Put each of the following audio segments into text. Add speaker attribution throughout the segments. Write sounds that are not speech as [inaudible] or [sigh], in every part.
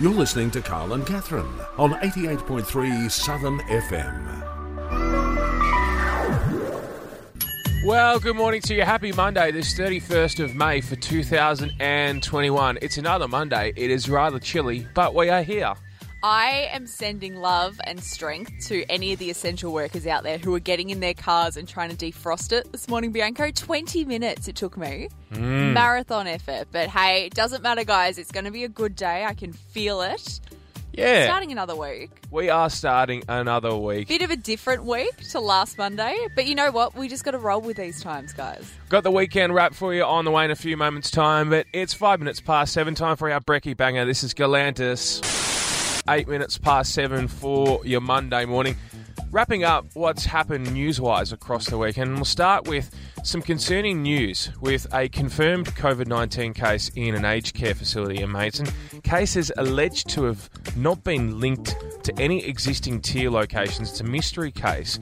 Speaker 1: You're listening to Carl and Catherine on 88.3 Southern FM.
Speaker 2: Well, good morning to you. Happy Monday, this 31st of May for 2021. It's another Monday. It is rather chilly, but we are here.
Speaker 3: I am sending love and strength to any of the essential workers out there who are getting in their cars and trying to defrost it this morning, Bianco. 20 minutes it took me. Marathon effort. But hey, it doesn't matter, guys. It's going to be a good day. I can feel it.
Speaker 2: Yeah.
Speaker 3: Starting another week.
Speaker 2: we are starting another week.
Speaker 3: Bit of a different week to last Monday. But you know what? We just got to roll with these times, guys.
Speaker 2: Got the weekend wrap for you on the way in a few moments' time, but it's five minutes past seven. Time for our brekkie banger. This is Galantis. Eight minutes past seven for your Monday morning. Wrapping up what's happened news wise across the weekend, we'll start with some concerning news with a confirmed COVID 19 case in an aged care facility in Maidstone. Cases alleged to have not been linked to any existing tier locations. It's a mystery case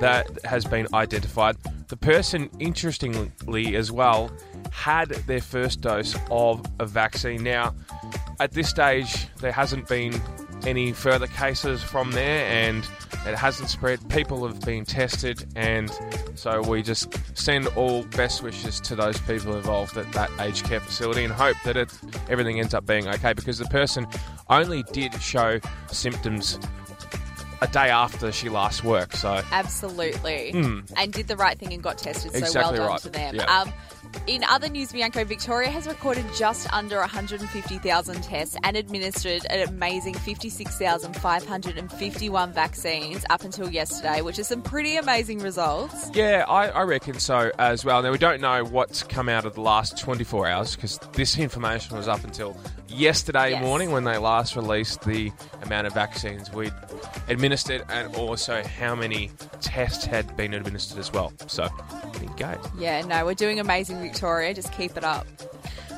Speaker 2: that has been identified. The person, interestingly as well, had their first dose of a vaccine. Now, at this stage, there hasn't been any further cases from there and it hasn't spread. People have been tested, and so we just send all best wishes to those people involved at that aged care facility and hope that it, everything ends up being okay because the person only did show symptoms a day after she last worked. So,
Speaker 3: Absolutely. And did the right thing and got tested, so well
Speaker 2: Hmm. Exactly
Speaker 3: done
Speaker 2: right.
Speaker 3: to them.
Speaker 2: Yeah.
Speaker 3: Um, in other news, Bianco, Victoria has recorded just under 150,000 tests and administered an amazing 56,551 vaccines up until yesterday, which is some pretty amazing results.
Speaker 2: yeah, I, I reckon so as well. Now, we don't know what's come out of the last 24 hours because this information was up until yesterday
Speaker 3: Yes.
Speaker 2: morning when they last released the amount of vaccines we'd administered and also how many tests had been administered as well. So, there you go.
Speaker 3: Yeah, no, we're doing amazing, Victoria. Just keep it up.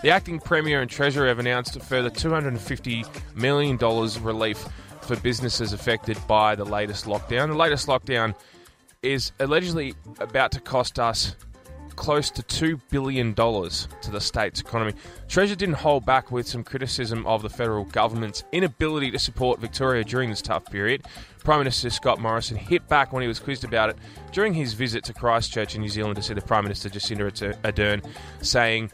Speaker 2: The acting premier and treasurer have announced a further $250 million relief for businesses affected by the latest lockdown. The latest lockdown is allegedly about to cost us close to $2 billion to the state's economy. Treasurer didn't hold back with some criticism of the federal government's inability to support Victoria during this tough period. Prime Minister Scott Morrison hit back when he was quizzed about it during his visit to Christchurch in New Zealand to see the Prime Minister Jacinda Ardern, saying,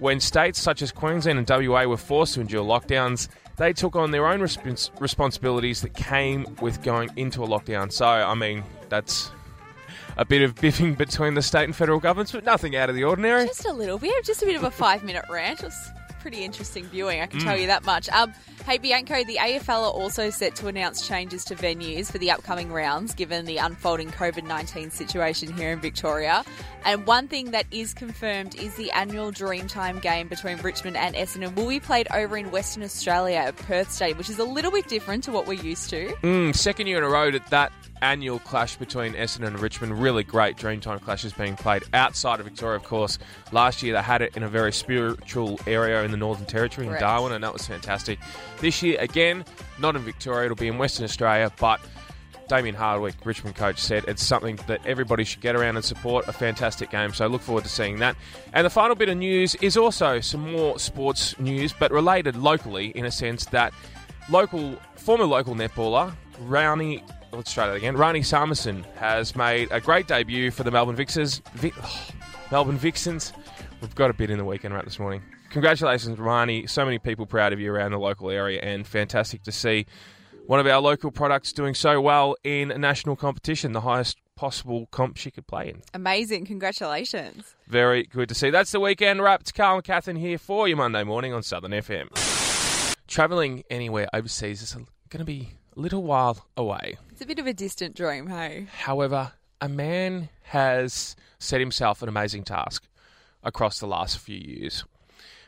Speaker 2: when states such as Queensland and WA were forced to endure lockdowns, they took on their own respons- responsibilities that came with going into a lockdown. So, I mean, that's a bit of biffing between the state and federal governments, but nothing out of the ordinary.
Speaker 3: Just a little bit, just a bit of a five minute rant. It was pretty interesting viewing, I can tell you that much. Um, hey, Bianco, the AFL are also set to announce changes to venues for the upcoming rounds given the unfolding COVID 19 situation here in Victoria. And one thing that is confirmed is the annual Dreamtime game between Richmond and Essendon will be played over in Western Australia at Perth Stadium, which is a little bit different to what we're used to.
Speaker 2: Mm, second year in a row that that annual clash between Essendon and Richmond, really great Dreamtime clash is being played outside of Victoria, of course. Last year they had it in a very spiritual area in the Northern Territory in
Speaker 3: Correct.
Speaker 2: Darwin, and that was fantastic. This year, again, not in Victoria, it'll be in Western Australia, but Damien Hardwick, Richmond coach, said it's something that everybody should get around and support. A fantastic game, so look forward to seeing that. And the final bit of news is also some more sports news, but related locally in a sense that local former local netballer Rowney. Let's try that again. Rani Sarmison has made a great debut for the Melbourne Vixers. Vi- oh, Melbourne Vixens. We've got a bit in the weekend right this morning. Congratulations, Rani. So many people proud of you around the local area, and fantastic to see one of our local products doing so well in a national competition, the highest possible comp she could play in.
Speaker 3: Amazing, congratulations.
Speaker 2: Very good to see. That's the weekend wrap. It's Carl and Catherine here for your Monday morning on Southern FM. Travelling anywhere overseas is going to be a little while away.
Speaker 3: It's a bit of a distant dream, hey?
Speaker 2: However, a man has set himself an amazing task across the last few years.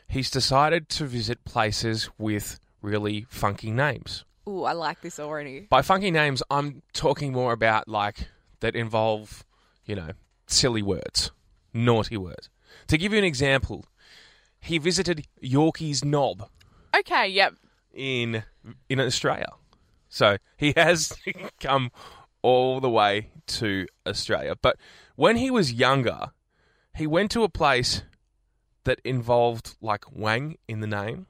Speaker 2: He's decided to visit places with really funky names.
Speaker 3: Ooh, I like this already.
Speaker 2: By funky names, I'm talking more about like that involve, you know, silly words, naughty words. To give you an example, he visited Yorkie's Knob
Speaker 3: Okay, yep.
Speaker 2: in in Australia. So he [laughs] has come all the way to Australia. But when he was younger, he went to a place that involved like Wang in the name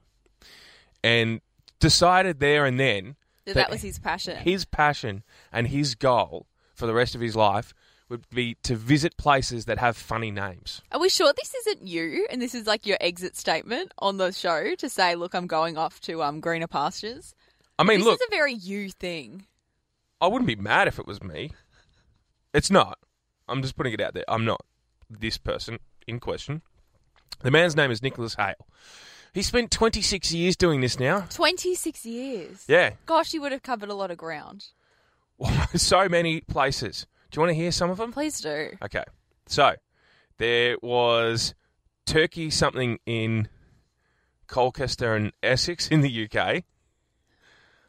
Speaker 2: and decided there and then
Speaker 3: That, that was his passion.
Speaker 2: his passion and his goal for the rest of his life would be to visit places that have funny names.
Speaker 3: Are we sure this isn't you and this is like your exit statement on the show to say, look, I'm going off to um, greener pastures?
Speaker 2: I mean,
Speaker 3: this
Speaker 2: look,
Speaker 3: is a very you thing.
Speaker 2: I wouldn't be mad if it was me. It's not. I'm just putting it out there. I'm not this person in question. The man's name is Nicholas Hale. He spent 26 years doing this now.
Speaker 3: 26 years.
Speaker 2: Yeah, [laughs]
Speaker 3: Gosh, you would have covered a lot of ground.
Speaker 2: so many places. Do you want to hear some of them?
Speaker 3: Please do.
Speaker 2: Okay. So there was turkey something in Colchester and Essex in the UK.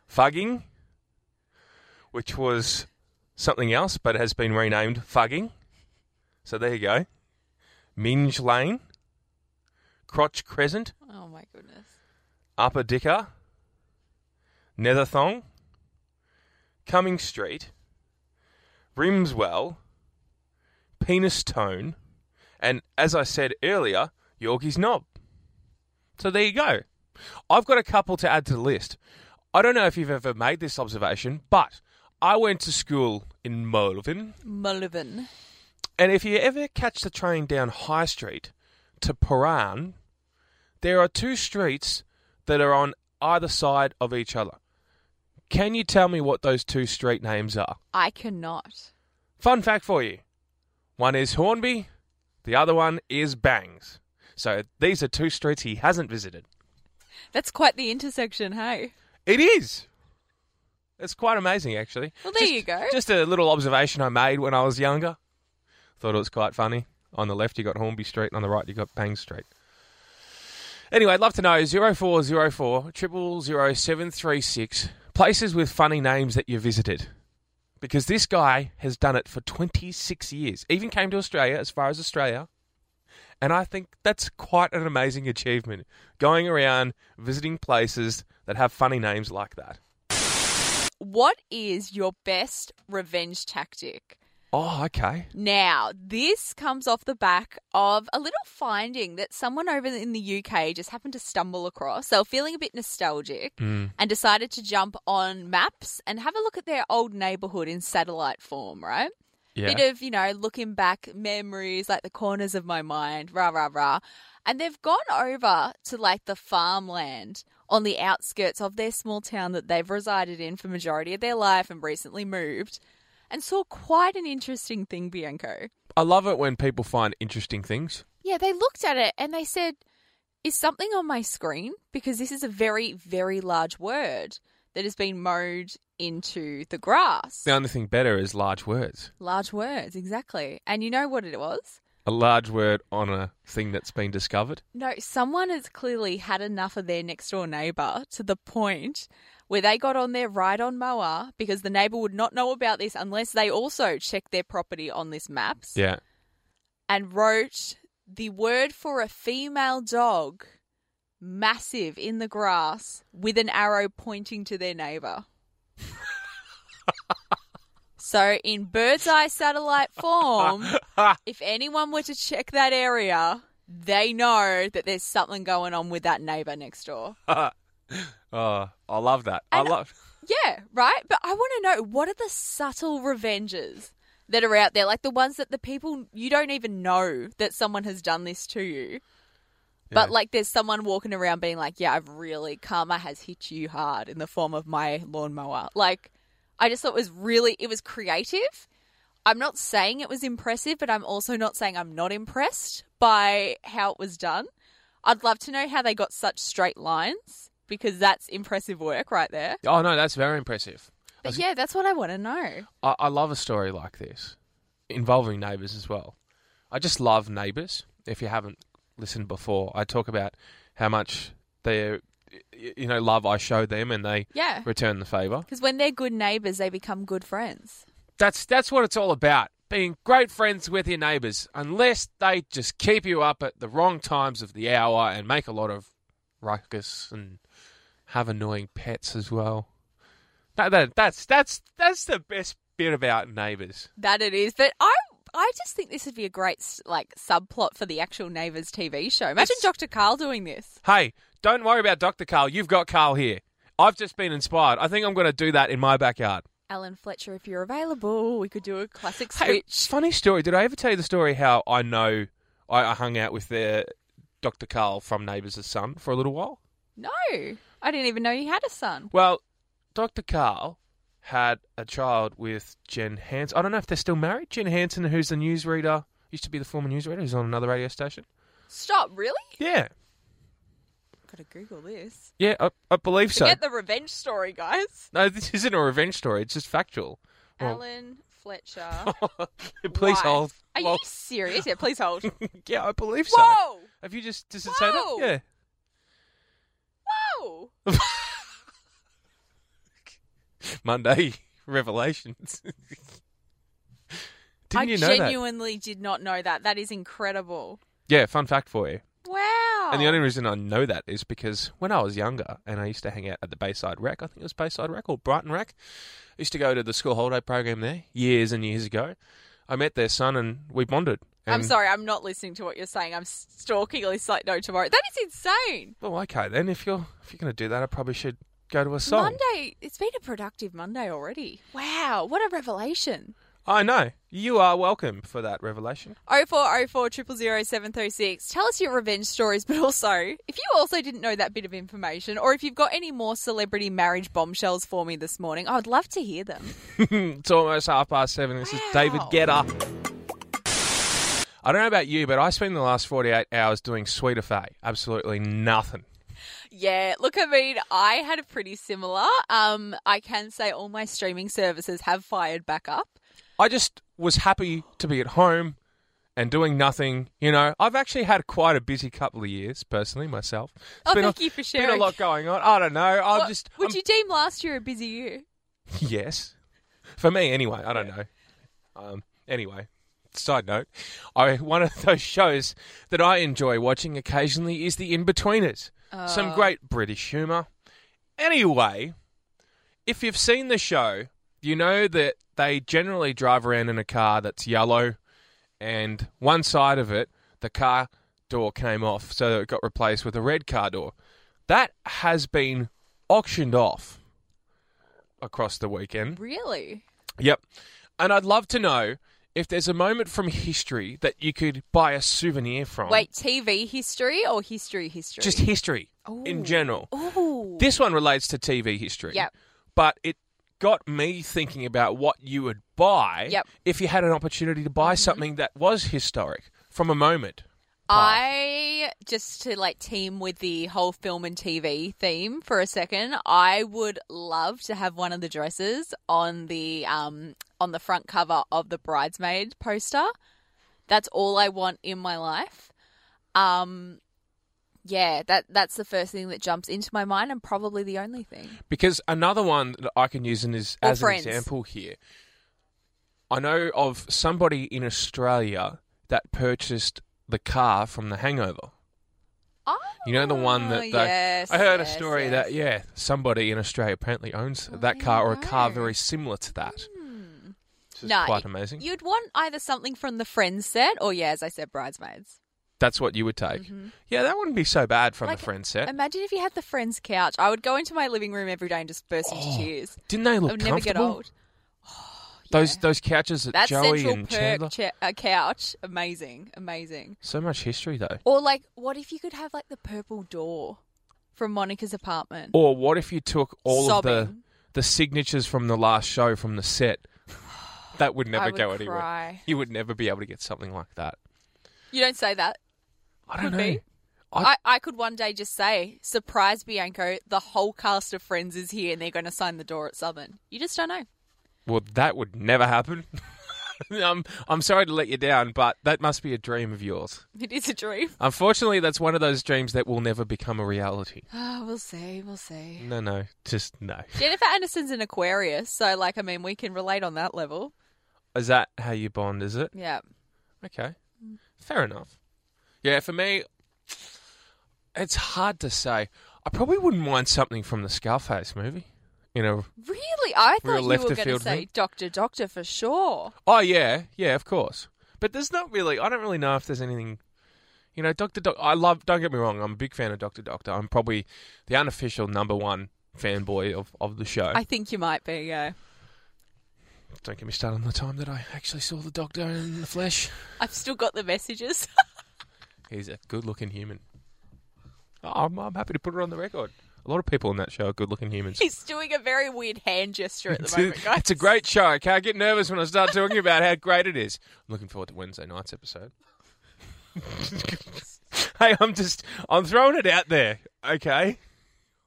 Speaker 2: Fugging, which was something else, but has been renamed Fugging. So there you go. Minge Lane, Crotch Crescent,
Speaker 3: Oh my goodness.
Speaker 2: Upper Dicker, Netherthong, Cumming Street, Rimswell, Penis Tone, and as I said earlier, Yorkie's Knob. So there you go. I've got a couple to add to the list. I don't know if you've ever made this observation, but I went to school in Molvin,
Speaker 3: Mullivan.
Speaker 2: and if you ever catch the train down High Street to Paran, there are two streets that are on either side of each other. Can you tell me what those two street names are?
Speaker 3: I cannot.
Speaker 2: Fun fact for you one is Hornby, the other one is Bangs. So these are two streets he hasn't visited.
Speaker 3: That's quite the intersection, hey?
Speaker 2: It is! It's quite amazing, actually.
Speaker 3: Well, there
Speaker 2: Just-
Speaker 3: you go.
Speaker 2: Just a little observation I made when I was younger. Thought it was quite funny. On the left, you got Hornby Street, and on the right, you got Bang Street. Anyway, I'd love to know 0404 000736 places with funny names that you visited. Because this guy has done it for 26 years. Even came to Australia, as far as Australia. And I think that's quite an amazing achievement. Going around visiting places that have funny names like that.
Speaker 3: What is your best revenge tactic?
Speaker 2: Oh, okay.
Speaker 3: Now, this comes off the back of a little finding that someone over in the UK just happened to stumble across. They were feeling a bit nostalgic and decided to jump on maps and have a look at their old neighbourhood in satellite form, right?
Speaker 2: Yeah.
Speaker 3: Bit of, you know, looking back memories, like the corners of my mind, rah, rah, rah. And they've gone over to like the farmland on the outskirts of their small town that they've resided in for majority of their life and recently moved and saw quite an interesting thing, Bianco.
Speaker 2: I love it when people find interesting things.
Speaker 3: Yeah, they looked at it and they said, Is something on my screen? Because this is a very, very large word that has been mowed into the grass.
Speaker 2: The only thing better is large words.
Speaker 3: Large words, exactly. And you know what it was?
Speaker 2: A large word on a thing that's been discovered.
Speaker 3: No, someone has clearly had enough of their next door neighbour to the point where they got on their ride on mower because the neighbour would not know about this unless they also checked their property on this maps
Speaker 2: Yeah.
Speaker 3: and wrote the word for a female dog massive in the grass with an arrow pointing to their neighbour. so in bird's eye satellite form, if anyone were to check that area, they know that there's something going on with that neighbour next door.
Speaker 2: Oh, I love that. I
Speaker 3: And-
Speaker 2: love.
Speaker 3: Yeah, right? But I want to know what are the subtle revenges that are out there? Like the ones that the people you don't even know that someone has done this to you. But
Speaker 2: Yeah.
Speaker 3: like there's someone walking around being like, yeah, I've really, karma has hit you hard in the form of my lawnmower. Like, I just thought it was really, it was creative. I'm not saying it was impressive, but I'm also not saying I'm not impressed by how it was done. I'd love to know how they got such straight lines because that's impressive work right there.
Speaker 2: Oh no, that's very impressive. I
Speaker 3: But
Speaker 2: was-
Speaker 3: yeah, that's what I want to know.
Speaker 2: I, I love a story like this, involving neighbours as well. I just love neighbours. If you haven't listened before, I talk about how much they, you know, love I show them, and they
Speaker 3: Yeah.
Speaker 2: return the favour.
Speaker 3: Because when they're good neighbours, they become good friends.
Speaker 2: That's that's what it's all about. Being great friends with your neighbours, unless they just keep you up at the wrong times of the hour and make a lot of ruckus and have annoying pets as well. That, that that's that's that's the best bit about neighbours.
Speaker 3: That it is. But I I just think this would be a great s- like subplot for the actual neighbours TV show. Imagine
Speaker 2: It's-
Speaker 3: Dr. Carl doing this.
Speaker 2: Hey, don't worry about Dr. Carl. You've got Carl here. I've just been inspired. I think I'm going to do that in my backyard.
Speaker 3: Alan Fletcher, if you're available, we could do a classic
Speaker 2: Hey,
Speaker 3: switch.
Speaker 2: funny story. Did I ever tell you the story how I know I, I hung out with their Dr. Carl from Neighbours' son for a little while?
Speaker 3: no, I didn't even know you had a son.
Speaker 2: Well, Dr. Carl had a child with Jen Hansen. I don't know if they're still married. Jen Hansen, who's the newsreader, used to be the former newsreader, who's on another radio station.
Speaker 3: Stop, really?
Speaker 2: Yeah,
Speaker 3: Gotta Google this.
Speaker 2: yeah, I, I believe so.
Speaker 3: Forget the revenge story, guys.
Speaker 2: No, this isn't a revenge story. It's just factual. Well-
Speaker 3: Alan Fletcher.
Speaker 2: [laughs] Please
Speaker 3: wife.
Speaker 2: hold.
Speaker 3: Are
Speaker 2: Well,
Speaker 3: you serious? Yeah, please
Speaker 2: [laughs]
Speaker 3: hold.
Speaker 2: yeah, I believe so.
Speaker 3: Whoa!
Speaker 2: Have you just does it say that?
Speaker 3: Whoa!
Speaker 2: Yeah. [laughs]
Speaker 3: Whoa!
Speaker 2: Monday [laughs] revelations. [laughs] Didn't
Speaker 3: I
Speaker 2: you know that?
Speaker 3: genuinely did not know that. That is incredible.
Speaker 2: Yeah, fun fact for you.
Speaker 3: Wow.
Speaker 2: And the only reason I know that is because when I was younger and I used to hang out at the Bayside Rec, I think it was Bayside Rec or Brighton Rec, I used to go to the school holiday program there years and years ago. I met their son and we bonded.
Speaker 3: I'm
Speaker 2: And-
Speaker 3: sorry, I'm not listening to what you're saying. I'm stalking this like no tomorrow. That is insane.
Speaker 2: Well, okay then. If you're if you're going to do that, I probably should go to a song.
Speaker 3: Monday, it's been a productive Monday already. Wow, what a revelation.
Speaker 2: I know. You are welcome for that revelation.
Speaker 3: 0404 000 736. Tell us your revenge stories, [laughs] but also, if you also didn't know that bit of information, or if you've got any more celebrity marriage bombshells for me this morning, I would love to hear them.
Speaker 2: Hmm, It's almost half past seven. This is David
Speaker 3: Wow.
Speaker 2: Guetta. I don't know about you, but I spent the last 48 hours doing Sweet Fay. Absolutely nothing.
Speaker 3: Yeah, look, I mean, I had a pretty similar. Um, I can say all my streaming services have fired back up.
Speaker 2: I just was happy to be at home and doing nothing. You know, I've actually had quite a busy couple of years, personally, myself. It's
Speaker 3: Oh,
Speaker 2: been
Speaker 3: thank
Speaker 2: a,
Speaker 3: you for
Speaker 2: been
Speaker 3: sharing.
Speaker 2: a lot going on. I don't know. I'm
Speaker 3: What-
Speaker 2: just.
Speaker 3: would
Speaker 2: I'm-
Speaker 3: you deem last year a busy year?
Speaker 2: Yes. [laughs] For me, anyway. I don't know. Um, anyway, side note. I One of those shows that I enjoy watching occasionally is The Inbetweeners. Some great British humour. Anyway, if you've seen the show, you know that they generally drive around in a car that's yellow, and one side of it, the car door came off, so it got replaced with a red car door. That has been auctioned off across the weekend.
Speaker 3: Really?
Speaker 2: Yep. And I'd love to know if there's a moment from history that you could buy a souvenir from.
Speaker 3: Wait, TV history or history history?
Speaker 2: Just history
Speaker 3: Ooh.
Speaker 2: in general.
Speaker 3: Ooh.
Speaker 2: This one relates to TV history.
Speaker 3: Yep.
Speaker 2: But it got me thinking about what you would buy
Speaker 3: Yep. Mm-hmm.
Speaker 2: if you had an opportunity to buy something that was historic from a moment.
Speaker 3: I just to like team with the whole film and TV theme for a second. I would love to have one of the dresses on the um on the front cover of the bridesmaid poster. That's all I want in my life. Um yeah, that that's the first thing that jumps into my mind and probably the only thing.
Speaker 2: Because another one that I can use in is
Speaker 3: Or
Speaker 2: as
Speaker 3: friends.
Speaker 2: an example here. I know of somebody in Australia that purchased the car from The Hangover.
Speaker 3: Oh,
Speaker 2: You know the one that they,
Speaker 3: yes,
Speaker 2: I heard
Speaker 3: yes,
Speaker 2: a story
Speaker 3: yes.
Speaker 2: that yeah somebody in Australia apparently owns
Speaker 3: Well,
Speaker 2: that
Speaker 3: there
Speaker 2: car
Speaker 3: you
Speaker 2: or a car
Speaker 3: go.
Speaker 2: very similar to that.
Speaker 3: Hmm.
Speaker 2: Which is
Speaker 3: No,
Speaker 2: quite
Speaker 3: y-
Speaker 2: amazing.
Speaker 3: You'd want either something from the Friends set or yeah, as I said, bridesmaids.
Speaker 2: That's what you would take. Yeah, that wouldn't be so bad from
Speaker 3: Mm-hmm. Like, um,
Speaker 2: the friend set.
Speaker 3: Imagine if you had the friend's couch. I would go into my living room every day and just burst into
Speaker 2: Oh,
Speaker 3: tears.
Speaker 2: Didn't they
Speaker 3: I
Speaker 2: look
Speaker 3: would never
Speaker 2: comfortable?
Speaker 3: get old. Oh,
Speaker 2: Those
Speaker 3: Yeah.
Speaker 2: those couches at
Speaker 3: That
Speaker 2: Joey
Speaker 3: central
Speaker 2: and Chandler.
Speaker 3: perk cha- uh, couch, amazing, amazing.
Speaker 2: so much history though.
Speaker 3: Or like, what if you could have like the purple door from Monica's apartment?
Speaker 2: Or what if you took all of the
Speaker 3: Um, Sobbing.
Speaker 2: the signatures from the last show from the
Speaker 3: [sighs]
Speaker 2: set? That would never
Speaker 3: I would
Speaker 2: go anywhere.
Speaker 3: cry.
Speaker 2: You would never be able to get something like that.
Speaker 3: You don't say that.
Speaker 2: I don't know.
Speaker 3: Could be. I, I could one day just say, surprise Bianco, the whole cast of friends is here and they're going to sign the door at Southern. You just don't know. [laughs]
Speaker 2: Well, that would never happen. [laughs] I'm, I'm sorry to let you down, but that must be a dream of yours.
Speaker 3: It is a dream.
Speaker 2: Unfortunately, that's one of those dreams that will never become a reality.
Speaker 3: Oh, we'll see, we'll see.
Speaker 2: No, no, just no.
Speaker 3: Jennifer Aniston's an Aquarius, so like I mean we can relate on that level.
Speaker 2: Is that how you bond, is it?
Speaker 3: Yeah.
Speaker 2: Okay. Fair enough. Yeah, for me, it's hard to say. I probably wouldn't mind something from the Scarface movie. You know,
Speaker 3: Really? I
Speaker 2: We were
Speaker 3: thought you
Speaker 2: left
Speaker 3: were
Speaker 2: of
Speaker 3: going to
Speaker 2: field,
Speaker 3: say
Speaker 2: huh?
Speaker 3: Doctor Doctor for sure.
Speaker 2: oh, yeah, yeah, of course. But there's not really, I don't really know if there's anything. You know, Doctor Doctor. I love. Don't get me wrong. I'm a big fan of Doctor Doctor. I'm probably the unofficial number one fanboy of, of the show.
Speaker 3: I think you might be, yeah.
Speaker 2: Don't get me started on the time that I actually saw the doctor in the flesh.
Speaker 3: I've still got the messages. [laughs]
Speaker 2: He's a good looking human. Oh, I'm, I'm happy to put it on the record. A lot of people in that show are good looking humans.
Speaker 3: He's doing a very weird hand gesture at the
Speaker 2: It's a-
Speaker 3: moment, guys.
Speaker 2: It's a great show. Okay, I get nervous when I start talking about how great it is. I'm looking forward to Wednesday night's episode. [laughs] hey, I'm just I'm throwing it out there. Okay.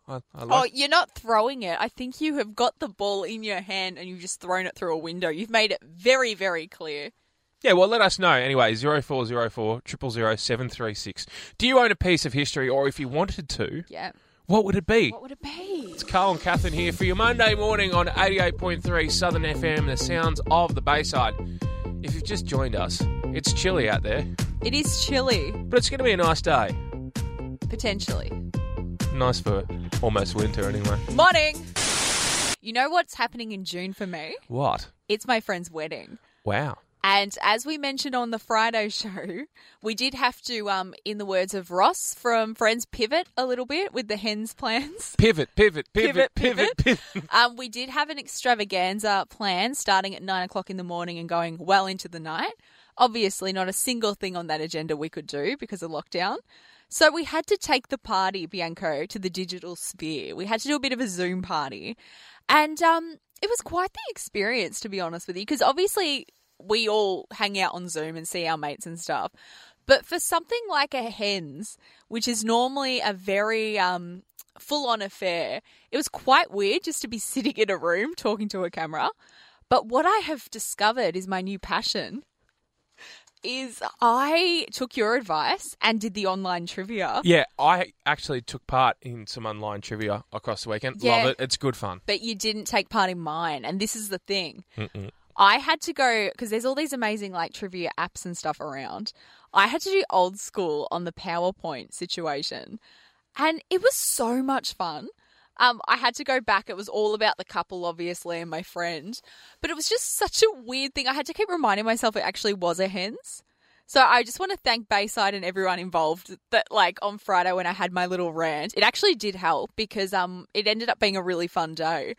Speaker 2: I, I
Speaker 3: Oh,
Speaker 2: like,
Speaker 3: you're not throwing it. I think you have got the ball in your hand and you've just thrown it through a window. You've made it very, very clear.
Speaker 2: Yeah, well, let us know. Anyway, 0404 000 736. Do you own a piece of history, or if you wanted to,
Speaker 3: Yeah.
Speaker 2: what would it be?
Speaker 3: What would it be?
Speaker 2: It's Carl and Catherine here for your Monday morning on 88.3 Southern FM, the sounds of the Bayside. If you've just joined us, it's chilly out there,
Speaker 3: It is chilly,
Speaker 2: but it's going to be a nice day.
Speaker 3: potentially.
Speaker 2: Nice for almost winter, anyway.
Speaker 3: Morning! You know what's happening in June for me?
Speaker 2: What?
Speaker 3: It's my friend's wedding.
Speaker 2: Wow.
Speaker 3: And as we mentioned on the Friday [laughs] show, we did have to, um, in the words of Ross from Friends, pivot a little bit with the hens plans.
Speaker 2: Pivot, pivot, pivot, pivot,
Speaker 3: Pivot,
Speaker 2: pivot. [laughs]
Speaker 3: [laughs] Um, we did have an extravaganza plan starting at nine o'clock in the morning and going well into the night. Obviously, not a single thing on that agenda we could do because of lockdown. So we had to take the party, Bianco, to the digital sphere. We had to do a bit of a Zoom party. And um, it was quite the experience, to be honest with you, because obviously we all hang out on Zoom and see our mates and stuff. But for something like a hens, which is normally a very um, full on affair, it was quite weird just to be [laughs] sitting in a room talking to a camera. But what I have discovered is my new passion is I took your advice and did the online trivia.
Speaker 2: Yeah, I actually took part in some online trivia across the weekend.
Speaker 3: Yeah.
Speaker 2: Love it. It's good fun.
Speaker 3: but you didn't take part in mine. And this is the thing. I had to go because there's all these amazing like trivia apps and stuff around. I had to do old school on the PowerPoint situation. And it was so much fun. Um, I had to go back. It was all about the couple, obviously, and my friend. But it was just such a weird thing. I had to keep reminding myself it actually was a hens. So I just want to thank Bayside and everyone involved that like on Friday when I had my little rant, it actually did help because um it ended up being a really fun day.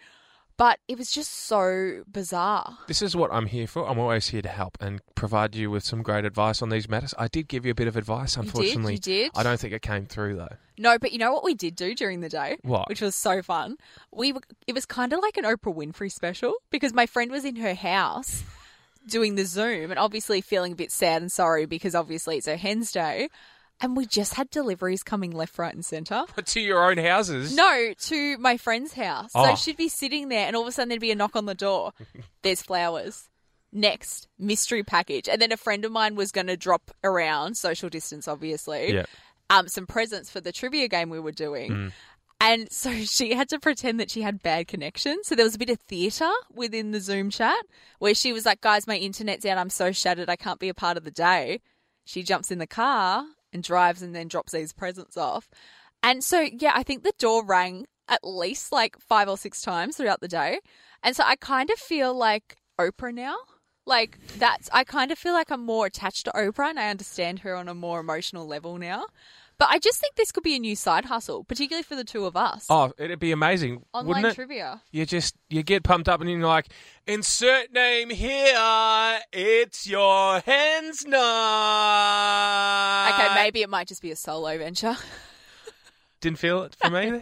Speaker 3: But it was just so bizarre.
Speaker 2: This is what I'm here for. I'm always here to help and provide you with some great advice on these matters. I did give you a bit of advice,
Speaker 3: did,
Speaker 2: unfortunately.
Speaker 3: you did.
Speaker 2: I don't think it came through, though.
Speaker 3: No, but you know what we did do during the day?
Speaker 2: What?
Speaker 3: Which was so fun. We were- it was kind of like an Oprah Winfrey special because my friend was in her house doing the Zoom and obviously feeling a bit sad and sorry because obviously it's her hen's day. And we just had deliveries coming left, right, and centre.
Speaker 2: But to your own houses.
Speaker 3: No, to my friend's house.
Speaker 2: Oh.
Speaker 3: So she'd be sitting there, and all of a sudden there'd be a knock on
Speaker 2: [laughs]
Speaker 3: the door. There's flowers. Next, mystery package. And then a friend of mine was going to drop around, social distance, obviously,
Speaker 2: Yeah.
Speaker 3: um, some presents for the trivia game we were doing. And so [laughs] she had to pretend that she had bad connection. So there was a bit of theatre within the Zoom chat where she was like, guys, my internet's out. I'm so shattered. I can't be a part of the day. She jumps in the car and drives and then drops these presents off. And so, yeah, I think the door rang at least like five or six times throughout the day. And so I kind of feel like Oprah now. Like that's, I kind of feel like I'm more attached to Oprah and I understand her on a more emotional level now. But I just think this could be a new side hustle, particularly for the two of us.
Speaker 2: Oh, it'd be amazing,
Speaker 3: Online
Speaker 2: wouldn't it?
Speaker 3: trivia.
Speaker 2: you just you get pumped up and you're like, insert name here. It's your hands night.
Speaker 3: Okay, maybe it might just be a solo venture. [laughs]
Speaker 2: Didn't feel it for me.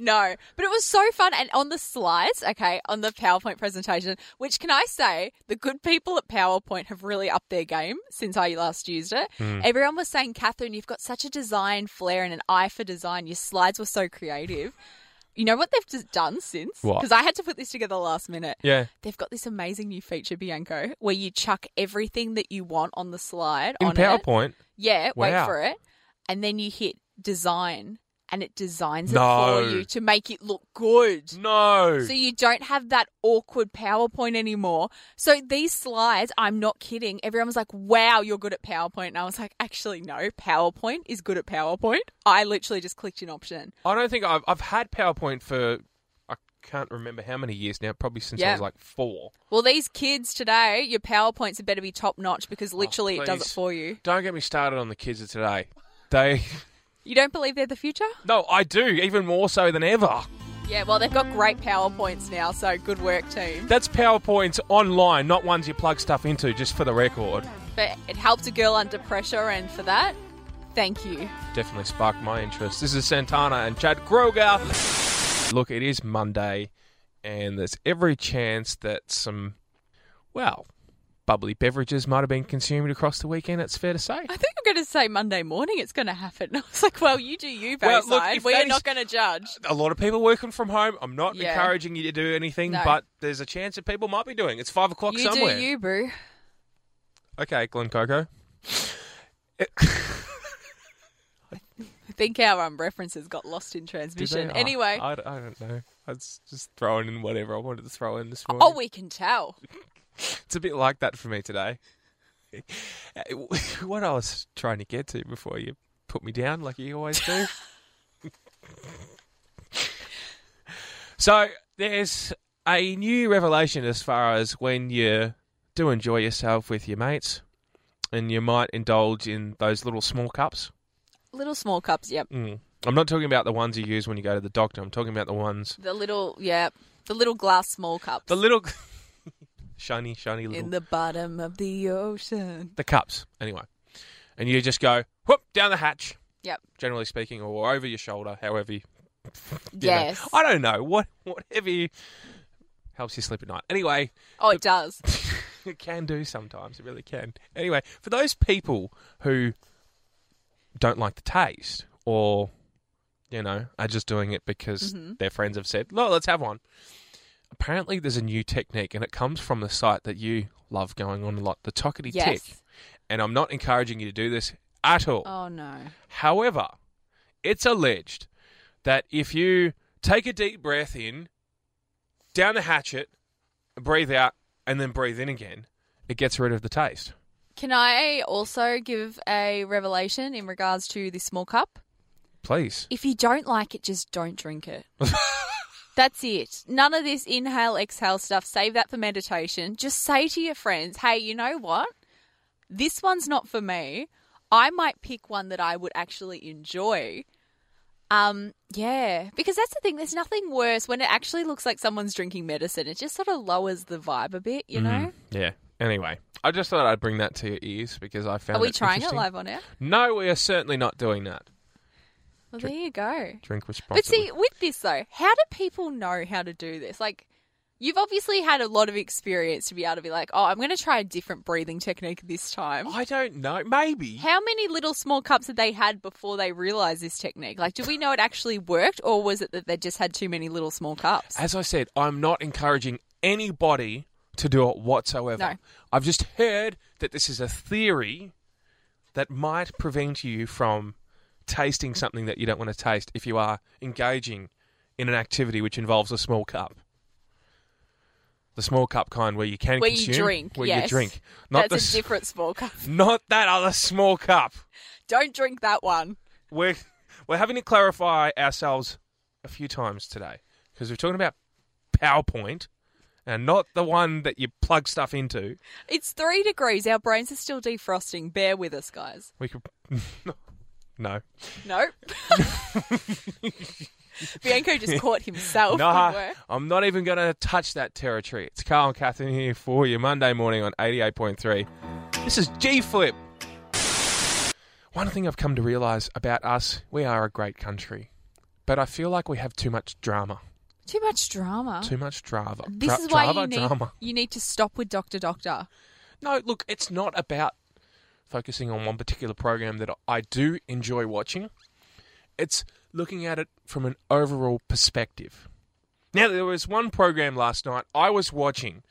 Speaker 3: No, but it was so fun. And on the slides, okay, on the PowerPoint presentation, which can I say, the good people at PowerPint have really upped their game since I last used it.
Speaker 2: Hmm.
Speaker 3: Everyone was saying, Catherine, you've got such a design flair and an eye for design. Your slides were so creative. You know what they've just done since?
Speaker 2: What?
Speaker 3: Because I had to put this together last minute.
Speaker 2: yeah.
Speaker 3: They've got this amazing new feature, Bianco, where you chuck everything that you want on the slide
Speaker 2: In
Speaker 3: on it.
Speaker 2: PowerPoint.
Speaker 3: Yeah,
Speaker 2: Wow.
Speaker 3: wait for it. And then you hit design and it designs it
Speaker 2: No.
Speaker 3: for you to make it look good.
Speaker 2: No.
Speaker 3: So you don't have that awkward PowerPoint anymore. So these slides, I'm not kidding. Everyone was like, wow, you're good at PowerPoint. And I was like, actually, no, PowerPoint is good at PowerPoint. I literally just clicked an option.
Speaker 2: I don't think I've I've had PowerPoint for I can't remember how many years now. Probably since I
Speaker 3: Yeah.
Speaker 2: was like four.
Speaker 3: Well, these kids today, your PowerPoints had better be top notch because literally it does it
Speaker 2: Oh, please.
Speaker 3: for you.
Speaker 2: Don't get me started on the kids of today. They [laughs]
Speaker 3: You don't believe they're the future?
Speaker 2: no, I do even more so than ever.
Speaker 3: Yeah, well, they've got great PowerPoints now, so good work, team.
Speaker 2: That's PowerPoints online, not ones you plug stuff into, just for the record.
Speaker 3: But it helped a girl under pressure, and for that, thank you.
Speaker 2: Definitely sparked my interest. This is Santana and Chad Kroger. Look, it is Monday, and there's every chance that some, well, bubbly beverages might have been consumed across the weekend, it's fair to say.
Speaker 3: I think I'm going to say Monday morning it's going to happen. [laughs] I was like, well, you do you,
Speaker 2: Well,
Speaker 3: Bayside.
Speaker 2: look, if
Speaker 3: we
Speaker 2: that
Speaker 3: are
Speaker 2: is-
Speaker 3: not going to judge.
Speaker 2: A lot of people working from home. I'm not
Speaker 3: Yeah.
Speaker 2: encouraging you to do anything,
Speaker 3: No.
Speaker 2: but there's a chance that people might be doing. It's five o'clock
Speaker 3: You
Speaker 2: somewhere.
Speaker 3: do you, boo.
Speaker 2: Okay, Glen Coco.
Speaker 3: I think our um, references got lost in transmission. Anyway,
Speaker 2: I, I don't- I don't know. I was just throwing in whatever I wanted to throw in this morning.
Speaker 3: oh, we can tell.
Speaker 2: It's a bit like that for me today. [laughs] what I was trying to get to before you put me down, like you always do. so there's a new revelation as far as when you do enjoy yourself with your mates, and you might indulge in those little small cups.
Speaker 3: Little small cups, yep.
Speaker 2: Mm. I'm not talking about the ones you use when you go to the doctor. I'm talking about the ones,
Speaker 3: The little, yeah, the little glass small cups.
Speaker 2: the little [laughs] shiny, shiny little
Speaker 3: in the bottom of the ocean.
Speaker 2: the cups anyway and you just go whoop down the hatch
Speaker 3: Yep.
Speaker 2: generally speaking or over your shoulder however you, you know.
Speaker 3: Yes.
Speaker 2: i don't know what whatever you, helps you sleep at night anyway [laughs]
Speaker 3: Oh, it does.
Speaker 2: it can do sometimes it really can anyway for those people who don't like the taste or you know are just doing it because
Speaker 3: Mm-hmm.
Speaker 2: their friends have said look let's have one apparently there's a new technique and it comes from the site that you love going on a lot the tockety
Speaker 3: Yes.
Speaker 2: tick and I'm not encouraging you to do this at all.
Speaker 3: Oh, no.
Speaker 2: However, it's alleged that if you take a deep breath in, down the hatchet, breathe out, and then breathe in again, it gets rid of the taste.
Speaker 3: Can I also give a revelation in regards to the small cup?
Speaker 2: Please.
Speaker 3: If you don't like it, just don't drink it. That's it. None of this inhale, exhale stuff. Save that for meditation. Just say to your friends, hey, you know what? This one's not for me. I might pick one that I would actually enjoy. Um, yeah, because that's the thing. There's nothing worse when it actually looks like someone's drinking medicine. It just sort of lowers the vibe a bit, you know?
Speaker 2: Mm, Yeah. Anyway, I just thought I'd bring that to your ears because I found
Speaker 3: Are we
Speaker 2: it
Speaker 3: trying it
Speaker 2: interesting.
Speaker 3: live on air?
Speaker 2: No, we are certainly not doing that.
Speaker 3: Well, there you go.
Speaker 2: Drink responsibly.
Speaker 3: But see, with this though, how do people know how to do this? Like, you've obviously had a lot of experience to be able to be like, oh, I'm going to try a different breathing technique this time.
Speaker 2: I don't know. Maybe.
Speaker 3: How many little small cups had they had before they realized this technique? Like, do we know it actually worked, or was it that they just had too many little small cups?
Speaker 2: As I said, I'm not encouraging anybody to do it whatsoever.
Speaker 3: No.
Speaker 2: I've just heard that this is a theory that might prevent you from tasting something that you don't want to taste if you are engaging in an activity which involves a small cup. The small cup kind where you can
Speaker 3: Where you
Speaker 2: consume,
Speaker 3: drink,
Speaker 2: where you
Speaker 3: yes.
Speaker 2: drink, not
Speaker 3: That's a
Speaker 2: the s-
Speaker 3: different small cup. [laughs]
Speaker 2: not that other small cup.
Speaker 3: Don't drink that one.
Speaker 2: We're we're having to clarify ourselves a few times today because we're talking about PowerPoint and not the one that you plug stuff into.
Speaker 3: It's three degrees. Our brains are still defrosting. Bear with us, guys.
Speaker 2: We could [laughs] no, [laughs]
Speaker 3: Nope. [laughs] Bianco just caught himself. Good
Speaker 2: no,
Speaker 3: work.
Speaker 2: I'm not even going to touch that territory. It's Carl and Catherine here for you Monday morning on 88.3. This is G Flip. One thing I've come to realise about us, we are a great country, but I feel like we have too much drama,
Speaker 3: Too much drama.
Speaker 2: too much drama.
Speaker 3: Oh. This
Speaker 2: Dra-
Speaker 3: is why
Speaker 2: drama,
Speaker 3: you need
Speaker 2: drama.
Speaker 3: you need to stop with Doctor Doctor.
Speaker 2: No, look, it's not about focusing on one particular program that I do enjoy watching. It's looking at it from an overall perspective. Now, there was one program last night I was watching,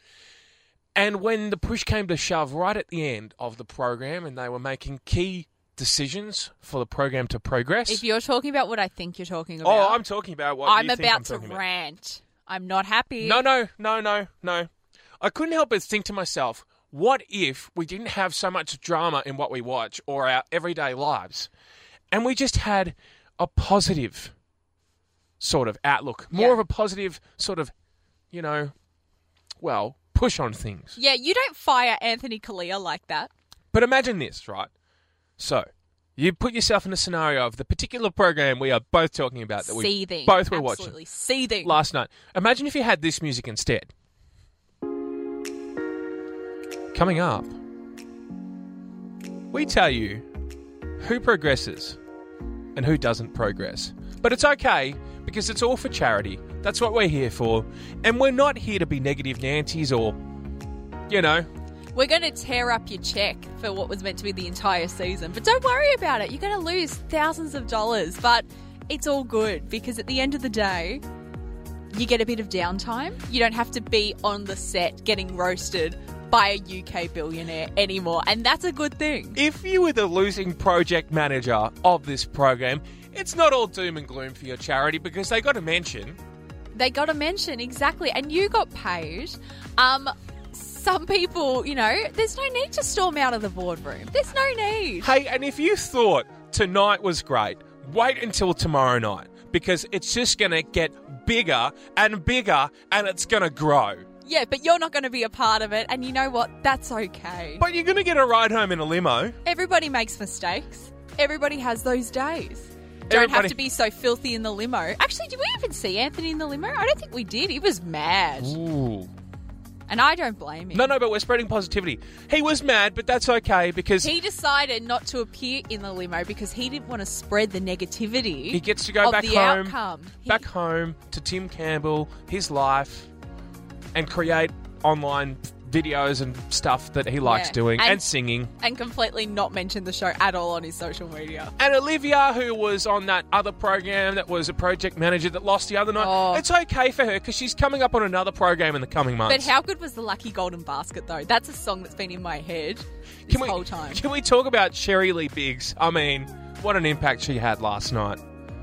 Speaker 2: and when the push came to shove right at the end of the program, and they were making key decisions for the program to progress.
Speaker 3: If you're talking about what I think you're talking about,
Speaker 2: oh, I'm talking about what
Speaker 3: I'm
Speaker 2: you
Speaker 3: about
Speaker 2: think I'm
Speaker 3: to
Speaker 2: talking about.
Speaker 3: rant. I'm not happy.
Speaker 2: No, no, no, no, no. I couldn't help but think to myself, what if we didn't have so much drama in what we watch or our everyday lives, and we just had a positive sort of outlook, more
Speaker 3: Yeah.
Speaker 2: of a positive sort of, you know, well, push on things.
Speaker 3: Yeah, you don't fire Anthony Kalia like that.
Speaker 2: But imagine this, right? So, You put yourself in a scenario of the particular program we are both talking about that
Speaker 3: seething.
Speaker 2: we both were
Speaker 3: Absolutely seething.
Speaker 2: watching last night. Imagine if you had this music instead. Coming up, we tell you who progresses and who doesn't progress. But it's okay because it's all for charity. That's what we're here for. And we're not here to be negative Nancy's or, you know,
Speaker 3: We're going to tear up your check for what was meant to be the entire season. But don't worry about it. You're going to lose thousands of dollars. But it's all good because at the end of the day, you get a bit of downtime. You don't have to be on the set getting roasted by a UK billionaire anymore. And that's a good thing.
Speaker 2: If you were the losing project manager of this program, it's not all doom and gloom for your charity because they got to mention
Speaker 3: They got a mention, exactly. And you got paid. Um, some people, you know, there's no need to storm out of the boardroom. There's no need.
Speaker 2: hey, and if you thought tonight was great, wait until tomorrow night because it's just going to get bigger and bigger and it's going to grow.
Speaker 3: Yeah, but you're not going to be a part of it, and you know what? That's okay.
Speaker 2: But you're going to get a ride home in a limo.
Speaker 3: Everybody makes mistakes. Everybody has those days. Don't
Speaker 2: Everybody-
Speaker 3: have to be so filthy in the limo. Actually, did we even see Anthony in the limo? I don't think we did. He was mad,
Speaker 2: Ooh.
Speaker 3: and I don't blame him.
Speaker 2: No, no, but we're spreading positivity. He was mad, but that's okay because he,
Speaker 3: He decided not to appear in the limo because he didn't want to spread the negativity.
Speaker 2: gets to go
Speaker 3: of
Speaker 2: back
Speaker 3: the
Speaker 2: home.
Speaker 3: outcome. He-
Speaker 2: back home to Tim Campbell, his life, and create online videos and stuff that he likes
Speaker 3: Yeah.
Speaker 2: doing and,
Speaker 3: And-
Speaker 2: singing.
Speaker 3: and completely not mention the show at all on his social media.
Speaker 2: And Olivia, who was on that other program that was a project manager that lost the other night,
Speaker 3: Oh.
Speaker 2: it's okay for her because she's coming up on another program in the coming
Speaker 3: But
Speaker 2: months.
Speaker 3: how good was the Lucky Golden Basket though? That's a song that's been in my head this
Speaker 2: we,
Speaker 3: whole time.
Speaker 2: Can we talk about Sherry Lee Biggs? I mean, what an impact she had last night.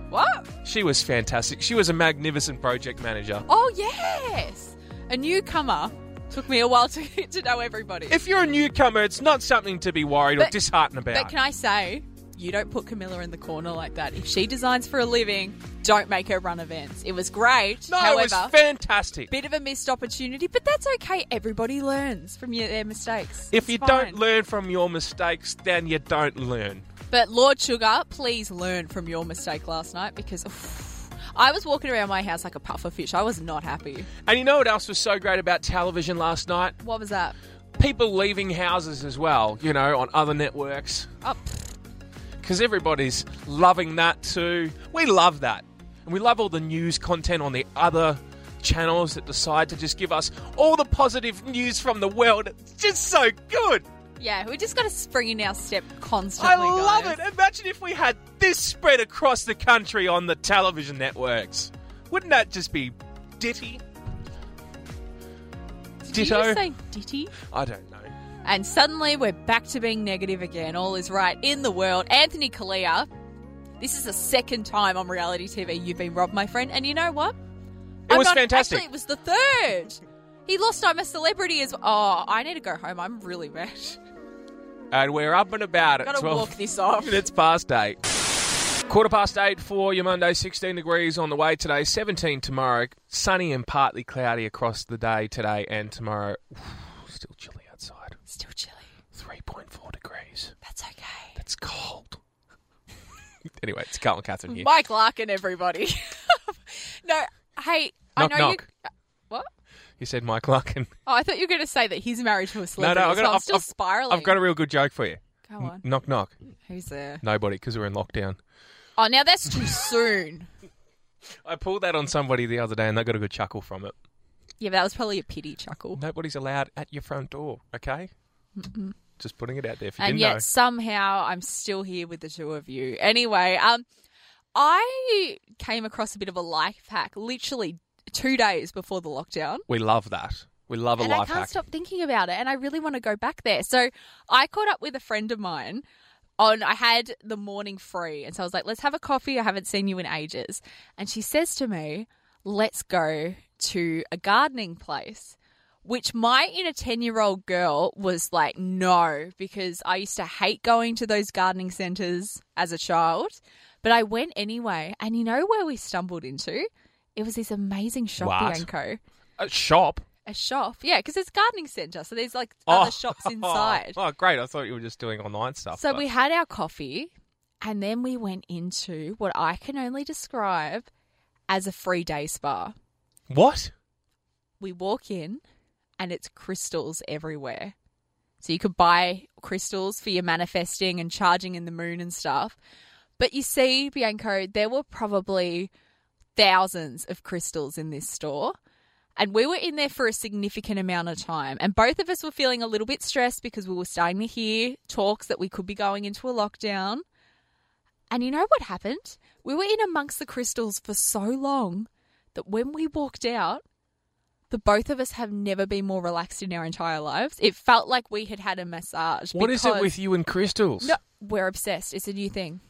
Speaker 3: What?
Speaker 2: She was fantastic. She was a magnificent project manager.
Speaker 3: Oh yes, a newcomer. Took me a while to, [laughs] to know everybody.
Speaker 2: If you're a newcomer, it's not something to be worried or
Speaker 3: But-
Speaker 2: disheartened about.
Speaker 3: but can I say, you don't put Camilla in the corner like that. If she designs for a living, don't make her run events. It was great.
Speaker 2: no,
Speaker 3: However,
Speaker 2: it was fantastic.
Speaker 3: bit of a missed opportunity, but that's okay. Everybody learns from your, their mistakes.
Speaker 2: If
Speaker 3: It's
Speaker 2: you
Speaker 3: fine.
Speaker 2: don't learn from your mistakes, then you don't learn.
Speaker 3: But Lord Sugar, please learn from your mistake last night because. oof, I was walking around my house like a puffer fish. I was not happy.
Speaker 2: And you know what else was so great about television last night?
Speaker 3: What was that?
Speaker 2: People leaving houses as well, you know, on other networks.
Speaker 3: Oh, pff,
Speaker 2: Because everybody's loving that too. We love that. And we love all the news content on the other channels that decide to just give us all the positive news from the world. It's just so good.
Speaker 3: yeah, we just got to spring in our step
Speaker 2: I
Speaker 3: constantly.
Speaker 2: love
Speaker 3: guys.
Speaker 2: it. Imagine if we had this spread across the country on the television networks. Wouldn't that just be ditty?
Speaker 3: Did
Speaker 2: Ditto.
Speaker 3: you just say ditty?
Speaker 2: I don't know.
Speaker 3: And suddenly we're back to being negative again. All is right in the world. Anthony Kalia, this is the second time on reality TV you've been robbed, my friend. And you know what?
Speaker 2: It was fantastic.
Speaker 3: Actually, it was the third. He lost. I'm a celebrity as. Oh, I need to go home. I'm really mad. [laughs]
Speaker 2: And we're up and about at
Speaker 3: Gotta
Speaker 2: 12
Speaker 3: walk
Speaker 2: [laughs]
Speaker 3: this off.
Speaker 2: minutes past 8. Quarter past 8 for your Monday, 16 degrees on the way today, 17 tomorrow, sunny and partly cloudy across the day today and tomorrow. Still chilly outside,
Speaker 3: Still chilly.
Speaker 2: 3.4 degrees.
Speaker 3: That's okay.
Speaker 2: That's cold. [laughs] anyway, it's Carl and Catherine here.
Speaker 3: Mike Larkin, everybody. [laughs] no, hey,
Speaker 2: Knock,
Speaker 3: I know
Speaker 2: knock.
Speaker 3: you. What?
Speaker 2: You said Mike Larkin.
Speaker 3: Oh, I thought you were going to say that he's married to a
Speaker 2: No,
Speaker 3: celebrity.
Speaker 2: no, I've
Speaker 3: as
Speaker 2: got,
Speaker 3: well. I'm
Speaker 2: I've,
Speaker 3: still
Speaker 2: I've-
Speaker 3: spiraling.
Speaker 2: I've got a real good joke for you.
Speaker 3: Go on.
Speaker 2: Knock, knock.
Speaker 3: Who's there?
Speaker 2: Nobody, because we're in lockdown.
Speaker 3: Oh, now that's too soon.
Speaker 2: I pulled that on somebody the other day and they got a good chuckle from it.
Speaker 3: Yeah, but that was probably a pity chuckle.
Speaker 2: Nobody's allowed at your front door, okay? Just putting it out there if you
Speaker 3: and
Speaker 2: didn't
Speaker 3: yet
Speaker 2: know.
Speaker 3: somehow I'm still here with the two of you. Anyway, um, I came across a bit of a life hack literally two days before the lockdown.
Speaker 2: We love that. We love a
Speaker 3: and I
Speaker 2: life
Speaker 3: can't
Speaker 2: hack.
Speaker 3: stop thinking about it, and I really want to go back there. So I caught up with a friend of mine on I had the morning free, and so I was like, "Let's have a coffee. I haven't seen you in ages." And she says to me, "Let's go to a gardening place." Which my inner 10 year old girl was like, no, because I used to hate going to those gardening centers as a child. But I went anyway. And you know where we stumbled into? It was this amazing shop,
Speaker 2: What?
Speaker 3: Bianco
Speaker 2: A shop.
Speaker 3: a shop. Yeah, because it's gardening centre, so there's like
Speaker 2: Oh. [laughs]
Speaker 3: other shops inside.
Speaker 2: Oh, great. I thought you were just doing online stuff.
Speaker 3: so
Speaker 2: but-
Speaker 3: we had our coffee, And then we went into what I can only describe as a free day spa.
Speaker 2: What?
Speaker 3: We walk in and it's crystals everywhere. So you could buy crystals for your manifesting and charging in the moon and stuff. But you see, Bianco, there were probably thousands of crystals in this store. And we were in there for a significant amount of time. And both of us were feeling a little bit stressed because we were starting to hear talks that we could be going into a lockdown. And you know what happened? We were in amongst the crystals for so long that when we walked out, the both of us have never been more relaxed in our entire lives. It felt like we had had a massage.
Speaker 2: What is it
Speaker 3: because-
Speaker 2: with you and crystals?
Speaker 3: No, we're obsessed. It's a new thing.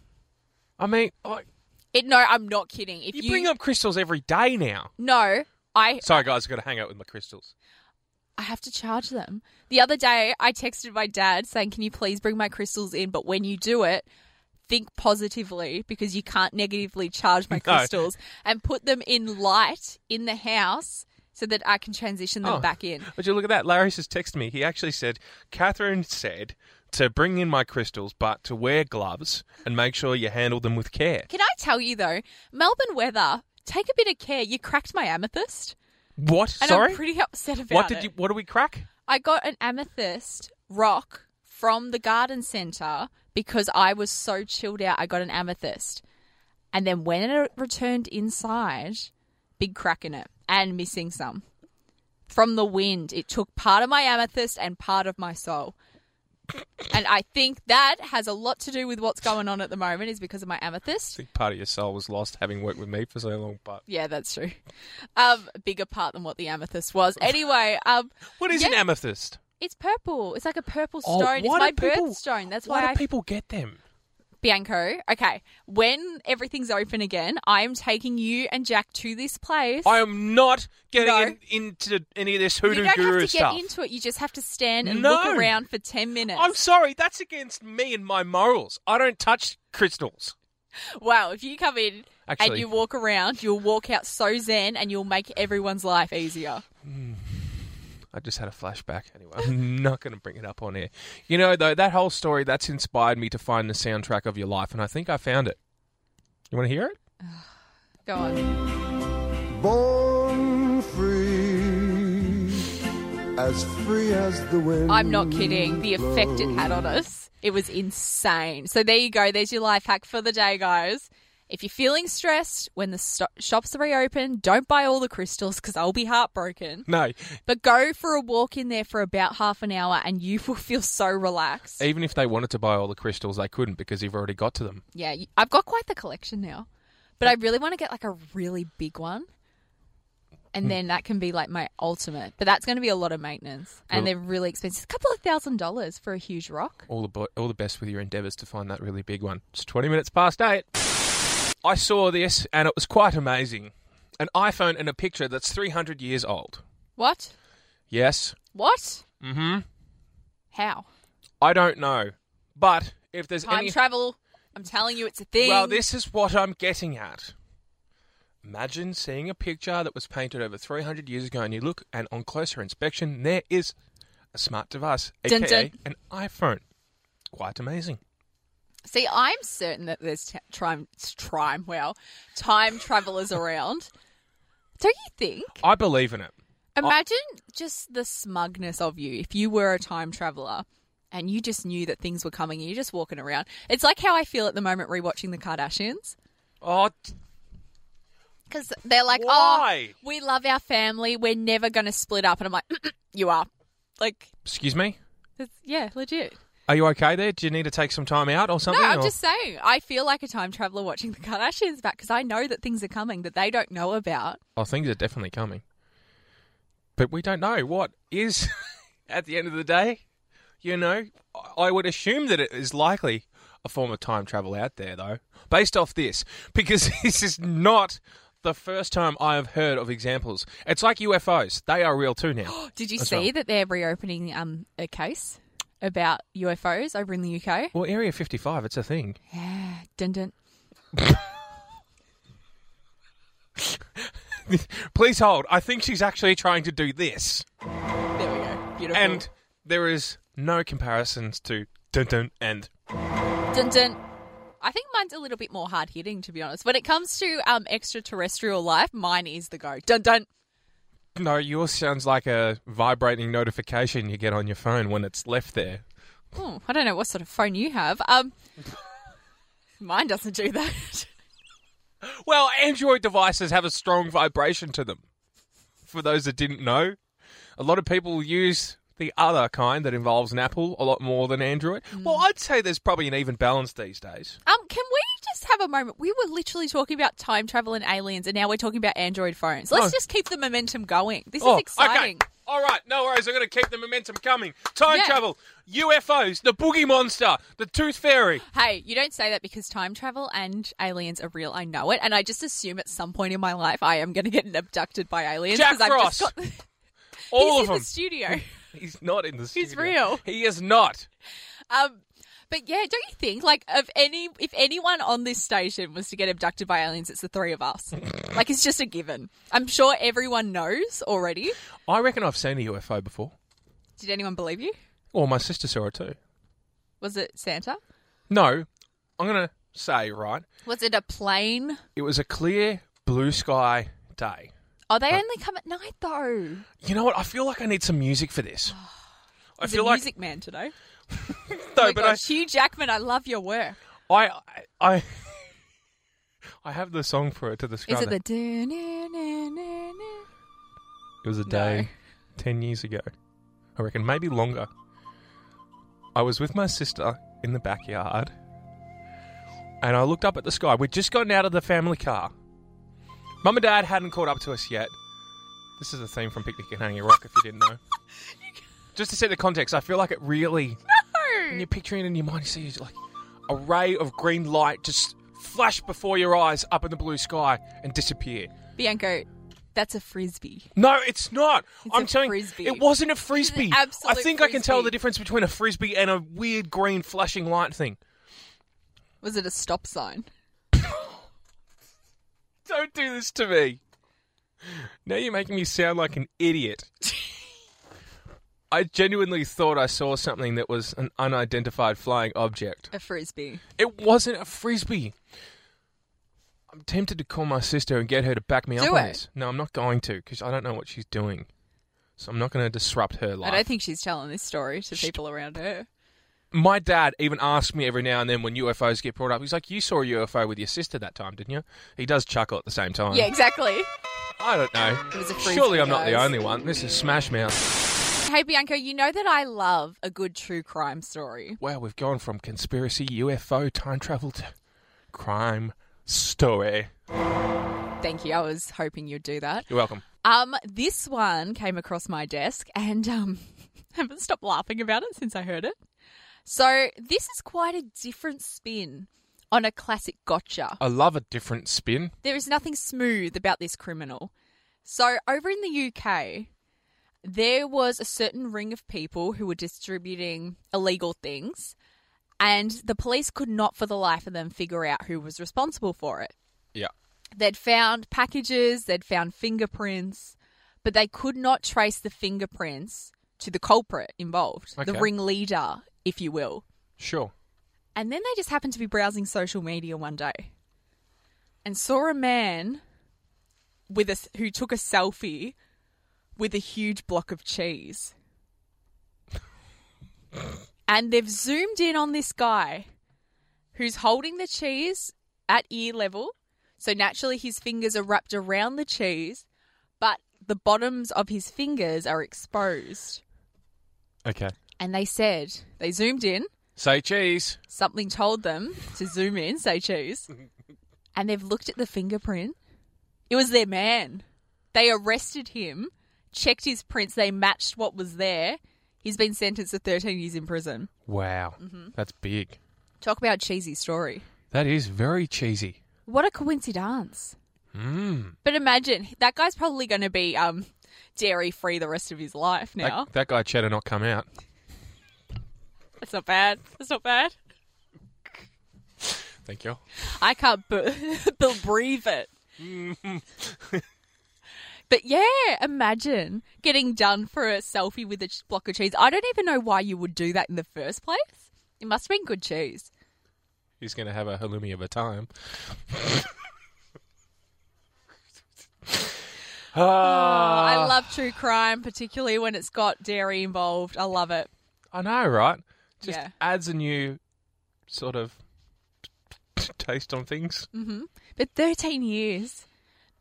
Speaker 2: I mean, like,
Speaker 3: It, no, I'm not kidding. If
Speaker 2: you,
Speaker 3: you,
Speaker 2: bring up crystals every day now.
Speaker 3: no, I
Speaker 2: Sorry, guys, I've got to hang out with my crystals.
Speaker 3: I have to charge them. The other day, I texted my dad saying, "Can you please bring my crystals in?" But when you do it, think positively because you can't negatively charge my
Speaker 2: [laughs] No.
Speaker 3: crystals and put them in light in the house so that I can transition them
Speaker 2: Oh.
Speaker 3: back in.
Speaker 2: Would you look at that? Larry has texted me. He actually said, Catherine said to bring in my crystals, but to wear gloves and make sure you handle them with care.
Speaker 3: Can I tell you though, Melbourne weather? Take a bit of care. You cracked my amethyst,
Speaker 2: What?
Speaker 3: and
Speaker 2: Sorry?
Speaker 3: I'm pretty upset about
Speaker 2: what did
Speaker 3: it.
Speaker 2: you? What do we crack?
Speaker 3: I got an amethyst rock from the garden centre because I was so chilled out. I got an amethyst. And then when it returned inside, big crack in it and missing some. From the wind, it took part of my amethyst and part of my soul. And I think that has a lot to do with what's going on at the moment, is because of my
Speaker 2: I
Speaker 3: amethyst.
Speaker 2: think part of your soul was lost having worked with me for so long. But
Speaker 3: Yeah, that's true. Um, bigger part than what the amethyst was. Anyway, um,
Speaker 2: what is an
Speaker 3: Yeah.
Speaker 2: amethyst?
Speaker 3: It's purple. It's like a purple
Speaker 2: Oh,
Speaker 3: stone. it's
Speaker 2: why
Speaker 3: my
Speaker 2: do people-
Speaker 3: birthstone. That's
Speaker 2: why
Speaker 3: why,
Speaker 2: do
Speaker 3: I
Speaker 2: people get them?
Speaker 3: Bianco. Okay, when everything's open again, I am taking you and Jack to this place.
Speaker 2: I am not getting
Speaker 3: No.
Speaker 2: in, into any of this
Speaker 3: you
Speaker 2: hoodoo
Speaker 3: don't have
Speaker 2: guru
Speaker 3: to
Speaker 2: stuff.
Speaker 3: get into it. You just have to stand and
Speaker 2: No.
Speaker 3: look around for ten minutes.
Speaker 2: I'm sorry, that's against me and my morals. I don't touch crystals.
Speaker 3: wow, if you come in and
Speaker 2: Actually-
Speaker 3: you walk around, you'll walk out so zen, and you'll make everyone's life easier.
Speaker 2: I just had a flashback. Anyway, I'm [laughs] not going to bring it up on air. You know, though, that whole story that's inspired me to find the soundtrack of your life, and I think I found it. You want to hear it?
Speaker 3: Go on.
Speaker 4: Born free, as free as the wind.
Speaker 3: I'm not kidding. The effect it had on us, it was insane. So there you go. There's your life hack for the day, guys. If you're feeling stressed when the sto- shops reopen, don't buy all the crystals because I'll be heartbroken.
Speaker 2: No.
Speaker 3: But go for a walk in there for about half an hour and you will feel so relaxed.
Speaker 2: Even if they wanted to buy all the crystals, they couldn't because you've already got to them.
Speaker 3: Yeah, you- I've got quite the collection now, but I really want to get like a really big one.
Speaker 2: Hmm.
Speaker 3: And then that can be like my ultimate, but that's going to be a lot of maintenance, and
Speaker 2: Well-
Speaker 3: they're really expensive. A couple of thousand dollars for a huge rock.
Speaker 2: all the bo- all the best with your endeavours to find that really big one. It's 20 minutes past eight. I saw this and it was quite amazing. An iPhone and a picture that's 300 years old.
Speaker 3: What?
Speaker 2: Yes.
Speaker 3: What?
Speaker 2: Mm-hmm.
Speaker 3: How?
Speaker 2: I don't know, but if there's
Speaker 3: Time
Speaker 2: any
Speaker 3: travel. I'm telling you, it's a thing.
Speaker 2: well, this is what I'm getting at. Imagine seeing a picture that was painted over 300 years ago, and you look, and on closer inspection, there is a smart device,
Speaker 3: Dun,
Speaker 2: aka
Speaker 3: dun.
Speaker 2: an iPhone. Quite amazing.
Speaker 3: See, I'm certain that there's t- time, time, well, time travelers around. Don't you think?
Speaker 2: I believe in it.
Speaker 3: Imagine just the smugness of you if you were a time traveler and you just knew that things were coming and you're just walking around. It's like how I feel at the moment rewatching the Kardashians.
Speaker 2: Oh, t-
Speaker 3: Because they're like,
Speaker 2: Why?
Speaker 3: oh, we love our family. We're never going to split up. And I'm like, you are. Like,
Speaker 2: excuse me.
Speaker 3: it's, yeah, legit.
Speaker 2: Are you okay there? Do you need to take some time out or
Speaker 3: No,
Speaker 2: something?
Speaker 3: I'm
Speaker 2: or-
Speaker 3: just saying. I feel like a time traveler watching the Kardashians back because I know that things are coming that they don't know about.
Speaker 2: Oh, things are definitely coming. But we don't know what is [laughs] at the end of the day. You know, I- I would assume that it is likely a form of time travel out there, though, based off this, because [laughs] this is not the first time I have heard of examples. It's like UFOs; they are real too
Speaker 3: [gasps]
Speaker 2: now.
Speaker 3: Did you
Speaker 2: That's
Speaker 3: see
Speaker 2: right.
Speaker 3: that they're reopening um, a case about UFOs over in the UK?
Speaker 2: well, Area 55, it's a thing.
Speaker 3: Yeah, [sighs] dun dun.
Speaker 2: Please hold. I think she's actually trying to do this.
Speaker 3: There we go. Beautiful.
Speaker 2: And there is no comparisons to dun dun and
Speaker 3: dun dun. I think mine's a little bit more hard hitting, to be honest. When it comes to um, extraterrestrial life, mine is the go. Dun dun.
Speaker 2: No, yours sounds like a vibrating notification you get on your phone when it's left there.
Speaker 3: Oh, I don't know what sort of phone you have. Um, [laughs] mine doesn't do that. [laughs]
Speaker 2: Well, Android devices have a strong vibration to them. For those that didn't know, a lot of people use the other kind that involves an Apple a lot more than Android.
Speaker 3: Mm.
Speaker 2: Well, I'd say there's probably an even balance these days.
Speaker 3: Um, can we just have a moment? We were literally talking about time travel and aliens, and now we're talking about Android phones. Let's
Speaker 2: Oh.
Speaker 3: just keep the momentum going. This
Speaker 2: Oh,
Speaker 3: is exciting.
Speaker 2: Okay. All right, no worries. I'm going to keep the momentum coming. Time
Speaker 3: Yeah.
Speaker 2: travel, UFOs, the boogie monster, the tooth fairy.
Speaker 3: Hey, you don't say that because time travel and aliens are real. I know it, and I just assume at some point in my life I am going to get abducted by aliens.
Speaker 2: Jack
Speaker 3: 'cause I've just
Speaker 2: Frost.
Speaker 3: got-
Speaker 2: All
Speaker 3: He's
Speaker 2: of
Speaker 3: in
Speaker 2: them.
Speaker 3: the studio. [laughs]
Speaker 2: He's not in the studio.
Speaker 3: He's real.
Speaker 2: He is not.
Speaker 3: Um, but yeah, don't you think? Like, of any, if anyone on this station was to get abducted by aliens, it's the three
Speaker 2: [laughs]
Speaker 3: of us. like, it's just a given. I'm sure everyone knows already.
Speaker 2: I reckon I've seen a UFO before.
Speaker 3: Did anyone believe you?
Speaker 2: Or my sister saw it too.
Speaker 3: Was it Santa?
Speaker 2: No, I'm going to say, right?
Speaker 3: Was it a plane?
Speaker 2: It was a clear blue sky day.
Speaker 3: Oh,
Speaker 2: Uh,
Speaker 3: they only come at night though.
Speaker 2: You know what? I feel like I need some music for
Speaker 3: [sighs]
Speaker 2: this. I
Speaker 3: He's
Speaker 2: feel
Speaker 3: a
Speaker 2: like
Speaker 3: music man today.
Speaker 2: no,
Speaker 3: oh my
Speaker 2: but
Speaker 3: gosh, Hugh Jackman, I love your work.
Speaker 2: I, I, [laughs] I, I have the song for it to describe.
Speaker 3: Is it
Speaker 2: that.
Speaker 3: the do-na-na-na-na?
Speaker 2: It was a day 10 years ago. I reckon maybe longer. I was with my sister in the backyard and I looked up at the sky. We'd just gotten out of the family car. Mum and Dad hadn't caught up to us yet. This is a theme from Picnic and Hanging Rock, if you didn't know. Just to set the context, I feel like it really. When you're picturing it in your mind, you see it's like a ray of green light just flash before your eyes up in the blue sky and disappear.
Speaker 3: Bianco, that's a frisbee.
Speaker 2: No, it's not.
Speaker 3: It's
Speaker 2: I'm
Speaker 3: a
Speaker 2: telling
Speaker 3: frisbee.
Speaker 2: you, it wasn't a frisbee. I
Speaker 3: absolute
Speaker 2: think I can tell
Speaker 3: frisbee.
Speaker 2: the difference between a frisbee and a weird green flashing light thing.
Speaker 3: Was it a stop sign?
Speaker 2: Don't do this to me. Now you're making me sound like an
Speaker 3: [laughs]
Speaker 2: idiot. I genuinely thought I saw something that was an unidentified flying object.
Speaker 3: A frisbee.
Speaker 2: It wasn't a frisbee. I'm tempted to call my sister and get her to back me up
Speaker 3: Do
Speaker 2: on
Speaker 3: it.
Speaker 2: this. No, I'm not going to because I don't know what she's doing. So I'm not going to disrupt her life.
Speaker 3: I don't think she's telling this story to people around her.
Speaker 2: my dad even asks me every now and then when UFOs get brought up. He's like, "You saw a UFO with your sister that time, didn't you?" He does chuckle at the same time. [laughs]
Speaker 3: Yeah, exactly.
Speaker 2: I don't know.
Speaker 3: was a freak,
Speaker 2: Surely I'm not the
Speaker 3: guys.
Speaker 2: only one. This is Smash Mouth.
Speaker 3: Hey, Bianco, you know that I love a good true crime story.
Speaker 2: Wow, we've gone from conspiracy, UFO, time travel to crime story.
Speaker 3: Thank you. I was hoping you'd do that.
Speaker 2: You're welcome.
Speaker 3: Um, this one came across my desk, and um, [laughs] haven't stopped laughing about it since I heard it. So this is quite a different spin on a classic gotcha.
Speaker 2: I love a different spin.
Speaker 3: There is nothing smooth about this criminal. So over in the UK, there was a certain ring of people who were distributing illegal things, and the police could not, for the life of them, figure out who was responsible for it.
Speaker 2: Yeah.
Speaker 3: They'd found packages, they'd found fingerprints, but they could not trace the fingerprints to the culprit involved, the
Speaker 2: Okay.
Speaker 3: ringleader, if you will.
Speaker 2: Sure.
Speaker 3: And then they just happened to be browsing social media one day and saw a man with a, who took a selfie with a huge block of cheese. and they've zoomed in on this guy who's holding the cheese at ear level. So naturally, his fingers are wrapped around the cheese, but the bottoms of his fingers are exposed.
Speaker 2: Okay.
Speaker 3: And they said, they zoomed in
Speaker 2: Say cheese.
Speaker 3: something told them to zoom in, say cheese, and they've looked at the fingerprint. It was their man. They arrested him, checked his prints, they matched what was there. He's been sentenced to 13 years in prison.
Speaker 2: Wow.
Speaker 3: Mm-hmm.
Speaker 2: That's big.
Speaker 3: Talk about cheesy story.
Speaker 2: That is very cheesy.
Speaker 3: What a coincidence.
Speaker 2: Mm.
Speaker 3: But imagine, that guy's probably going to be um, dairy free the rest of his life now.
Speaker 2: That, that guy cheddar not come out.
Speaker 3: That's not bad. That's not bad.
Speaker 2: Thank you.
Speaker 3: I can't [laughs] b- b-
Speaker 2: [laughs]
Speaker 3: breathe it. but yeah, imagine getting done for a selfie with a ch- block of cheese. I don't even know why you would do that in the first place. It must have been good cheese.
Speaker 2: He's going to have a halloumi of a time. [laughs] Ah,
Speaker 3: Oh, I love true crime, particularly when it's got dairy involved. I love it.
Speaker 2: I know, right? Just
Speaker 3: Yeah.
Speaker 2: adds a new sort of taste on things.
Speaker 3: Mm. But 13 years.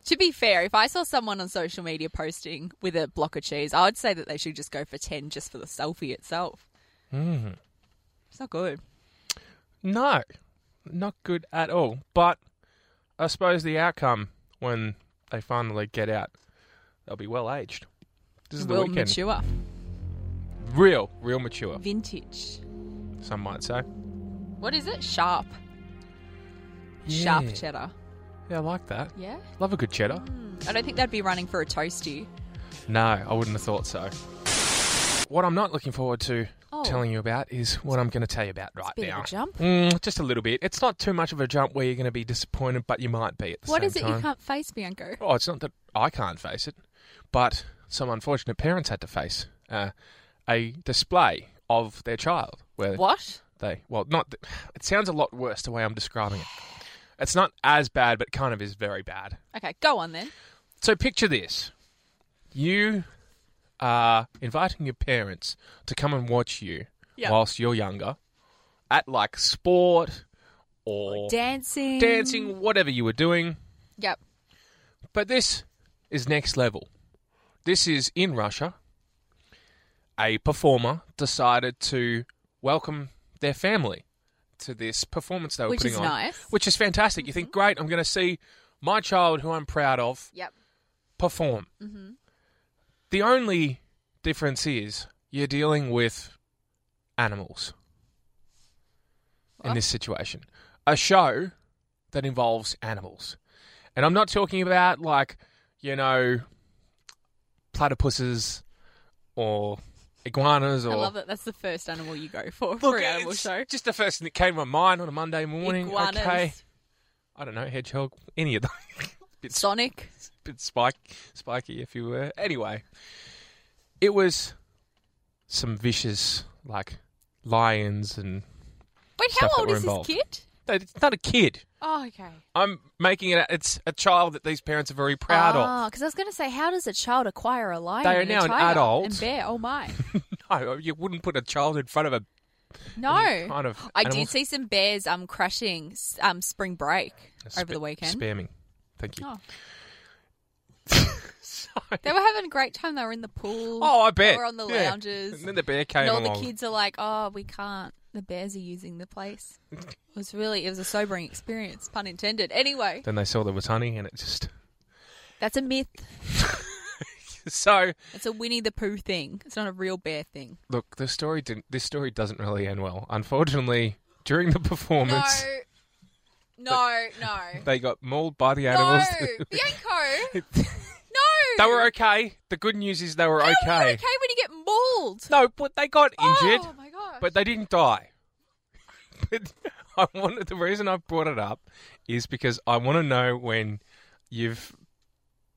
Speaker 3: To be fair, if I saw someone on social media posting with a block of cheese, I would say that they should just go for 10 just for the selfie itself.
Speaker 2: Mm-hmm.
Speaker 3: It's not good.
Speaker 2: No, not good at all. But I suppose the outcome when they finally get out, they'll be well aged. This is the
Speaker 3: Will
Speaker 2: weekend.
Speaker 3: mature.
Speaker 2: Real, real mature.
Speaker 3: Vintage.
Speaker 2: Some might say.
Speaker 3: What is it? Sharp.
Speaker 2: Yeah.
Speaker 3: Sharp cheddar.
Speaker 2: Yeah, I like that.
Speaker 3: Yeah?
Speaker 2: Love a good cheddar.
Speaker 3: I don't think that'd be running for a toasty.
Speaker 2: No, I wouldn't have thought so. What I'm not looking forward to
Speaker 3: Oh.
Speaker 2: telling you about is what I'm going to tell you about right
Speaker 3: bit of a
Speaker 2: now.
Speaker 3: jump.
Speaker 2: Mm, just a little bit. It's not too much of a jump where you're going to be disappointed, but you might be at the
Speaker 3: What
Speaker 2: same
Speaker 3: is it
Speaker 2: time.
Speaker 3: you can't face, Bianco?
Speaker 2: Oh, it's not that I can't face it, but some unfortunate parents had to face uh, a display of their child where
Speaker 3: What?
Speaker 2: they well, not. th- It sounds a lot worse the way I'm describing it. It's not as bad, but it kind of is very bad.
Speaker 3: Okay, go on then.
Speaker 2: So picture this: you are inviting your parents to come and watch you
Speaker 3: Yeah.
Speaker 2: whilst you're younger at like sport or
Speaker 3: Dancing.
Speaker 2: dancing, whatever you were doing.
Speaker 3: Yep.
Speaker 2: But this is next level. This is in Russia. A performer decided to welcome their family to this performance they were
Speaker 3: Which
Speaker 2: putting
Speaker 3: is
Speaker 2: on,
Speaker 3: nice. Mm-hmm.
Speaker 2: which is fantastic. You think, great, I'm going to see my child, who I'm proud of,
Speaker 3: Yep.
Speaker 2: perform.
Speaker 3: Mm-hmm.
Speaker 2: The only difference is you're dealing with animals in
Speaker 3: What?
Speaker 2: this situation. A show that involves animals. And I'm not talking about like, you know, platypuses or iguanas or
Speaker 3: I love that. That's the first animal you go for for an animal
Speaker 2: it's
Speaker 3: show.
Speaker 2: Just the first thing that came to my mind on a Monday morning.
Speaker 3: Iguanas.
Speaker 2: Okay. I don't know, hedgehog, any of them. [laughs] Bit
Speaker 3: Sonic.
Speaker 2: bit spike, spiky, if you were. Anyway, it was some vicious, like lions, and
Speaker 3: Wait, how
Speaker 2: stuff that
Speaker 3: old
Speaker 2: were
Speaker 3: is
Speaker 2: involved.
Speaker 3: this kid?
Speaker 2: no, it's not a kid.
Speaker 3: Oh, okay.
Speaker 2: I'm making it. A, it's a child that these parents are very proud of.
Speaker 3: because Ah, I was going to say, how does a child acquire a lion?
Speaker 2: They are
Speaker 3: and a
Speaker 2: now an
Speaker 3: tiger
Speaker 2: adult.
Speaker 3: And bear, oh my.
Speaker 2: [laughs] No, you wouldn't put a child in front of a
Speaker 3: No.
Speaker 2: kind of
Speaker 3: I
Speaker 2: animals.
Speaker 3: did see some bears um crashing s- um spring break
Speaker 2: spa-
Speaker 3: over the weekend.
Speaker 2: Spamming. Thank [laughs] you.
Speaker 3: Oh.
Speaker 2: So-
Speaker 3: They were having a great time. They were in the pool.
Speaker 2: oh, I bet.
Speaker 3: They were on the
Speaker 2: Yeah.
Speaker 3: lounges.
Speaker 2: And then the bear came
Speaker 3: And all the
Speaker 2: along.
Speaker 3: kids are like, "Oh, we can't. The bears are using the place." It was really it was a sobering experience, pun intended. Anyway,
Speaker 2: Then they saw there was honey, and it just [laughs]
Speaker 3: that's a myth.
Speaker 2: so.
Speaker 3: It's a Winnie the Pooh thing. It's not a real bear thing.
Speaker 2: look, the story didn't. This story doesn't really end well. Unfortunately, during the performance,
Speaker 3: no, no, [laughs]
Speaker 2: they got mauled by the animals.
Speaker 3: Bianco.
Speaker 2: [laughs] they were okay. The good news is they were
Speaker 3: How are
Speaker 2: okay.
Speaker 3: you when you get mauled.
Speaker 2: No, but they got injured,
Speaker 3: my Oh, gosh.
Speaker 2: but they didn't die. [laughs] but I wanted the reason I brought it up is because I want to know when you've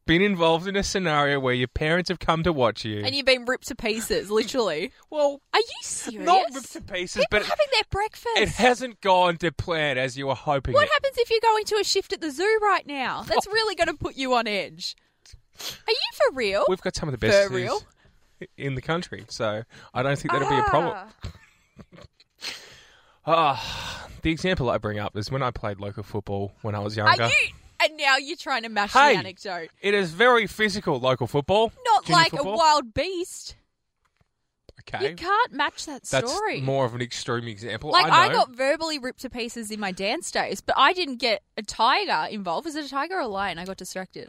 Speaker 2: been involved in a scenario where your parents have come to watch you.
Speaker 3: and you've been ripped to pieces, literally.
Speaker 2: well,
Speaker 3: [laughs] Are you serious?
Speaker 2: not ripped to pieces,
Speaker 3: People
Speaker 2: but it,
Speaker 3: having their breakfast.
Speaker 2: it hasn't gone to plan as you were hoping.
Speaker 3: What
Speaker 2: it
Speaker 3: happens if you're going to a shift at the zoo right now?
Speaker 2: Oh.
Speaker 3: That's really going to put you on edge. Are you for real?
Speaker 2: We've got some of the best
Speaker 3: For real?
Speaker 2: zoos in the country, so I don't think that'll be a
Speaker 3: Ah.
Speaker 2: problem. Ah, the example I bring up is when I played local football when I was
Speaker 3: Are
Speaker 2: younger.
Speaker 3: you? And now you're trying to mash
Speaker 2: Hey.
Speaker 3: the anecdote.
Speaker 2: It is very physical local football.
Speaker 3: Not
Speaker 2: junior
Speaker 3: like
Speaker 2: football.
Speaker 3: a wild beast.
Speaker 2: Okay,
Speaker 3: You can't match that
Speaker 2: that's
Speaker 3: story.
Speaker 2: more of an extreme example.
Speaker 3: like
Speaker 2: I
Speaker 3: I,
Speaker 2: know.
Speaker 3: got verbally ripped to pieces in my dance days, but I didn't get a tiger involved. Was it a tiger or a lion? I got distracted.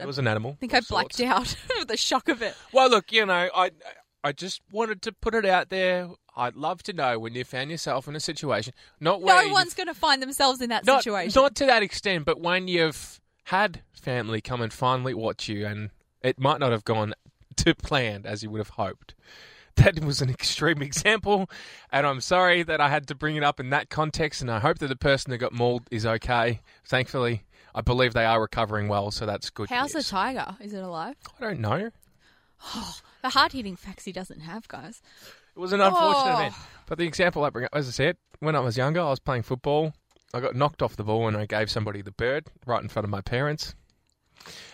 Speaker 2: it
Speaker 3: I
Speaker 2: was an animal.
Speaker 3: think I
Speaker 2: of sorts.
Speaker 3: blacked out [laughs] with the shock of it.
Speaker 2: Well, look, you know, I I just wanted to put it out there. I'd love to know when you found yourself in a situation, not where
Speaker 3: no
Speaker 2: you've-
Speaker 3: one's going to find themselves in that
Speaker 2: not,
Speaker 3: situation.
Speaker 2: Not to that extent, but when you've had family come and finally watch you, and it might not have gone to plan as you would have hoped. That was an extreme example, and I'm sorry that I had to bring it up in that context. And I hope that the person that got mauled is okay. Thankfully, I believe they are recovering well, so that's good.
Speaker 3: How's the
Speaker 2: news.
Speaker 3: tiger? Is it alive?
Speaker 2: I don't know. It
Speaker 3: The hard hitting facts he doesn't have, guys.
Speaker 2: was an unfortunate
Speaker 3: Oh.
Speaker 2: event, but the example I bring up, as I said, when I was younger, I was playing football. I got knocked off the ball when I gave somebody the bird right in front of my parents.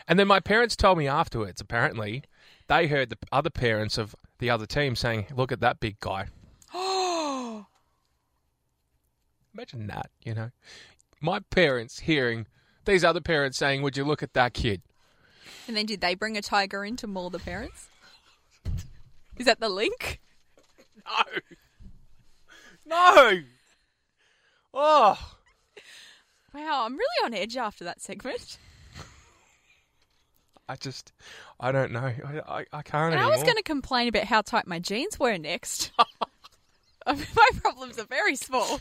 Speaker 2: And then my parents told me afterwards, apparently, they heard the other parents of the other team saying, Look at that big [gasps] guy. Imagine that, you know. My parents hearing these other parents saying, Would you look at that kid?
Speaker 3: And then did they bring a tiger in to maul the parents? Is that the link?
Speaker 2: No. No. Oh.
Speaker 3: Wow, I'm really on edge after that segment.
Speaker 2: I just, I don't know. I, I, I can't
Speaker 3: And I
Speaker 2: anymore.
Speaker 3: was going to complain about how tight my jeans were next. [laughs] I mean, my problems are very small.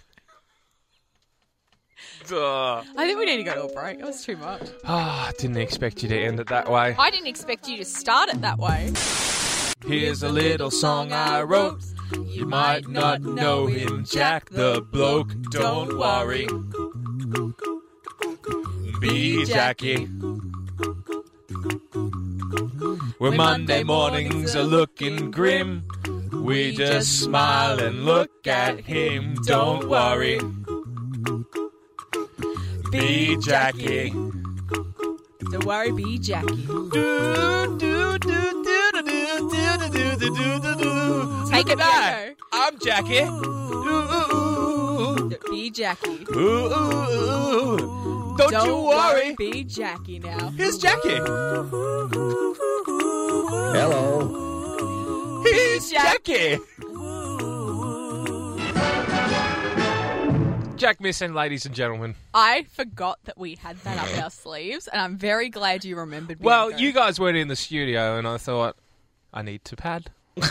Speaker 2: Duh.
Speaker 3: I think we need to go to a break. That was too much.
Speaker 2: [sighs] Ah, didn't expect you to end it that way.
Speaker 3: I didn't expect you to start it that way.
Speaker 2: Here's a little song I wrote. You might not know him, Jack the bloke. Don't worry. Be Jackie. When Monday mornings are looking grim, we just smile and look at him. Don't worry. Be Jackie.
Speaker 3: Don't worry, be Jackie. Take it back.
Speaker 2: I'm Jackie.
Speaker 3: Be Jackie.
Speaker 2: Ooh, ooh, ooh. Don't, you worry.
Speaker 3: Be Jackie now.
Speaker 2: Here's Jackie.
Speaker 4: Hello.
Speaker 2: Here's Jackie. Jack Misson, ladies and gentlemen.
Speaker 3: I forgot that we had that up our sleeves, and I'm very glad you remembered. me,
Speaker 2: Well,
Speaker 3: Nico.
Speaker 2: you guys weren't in the studio, and I thought I need to pad [laughs]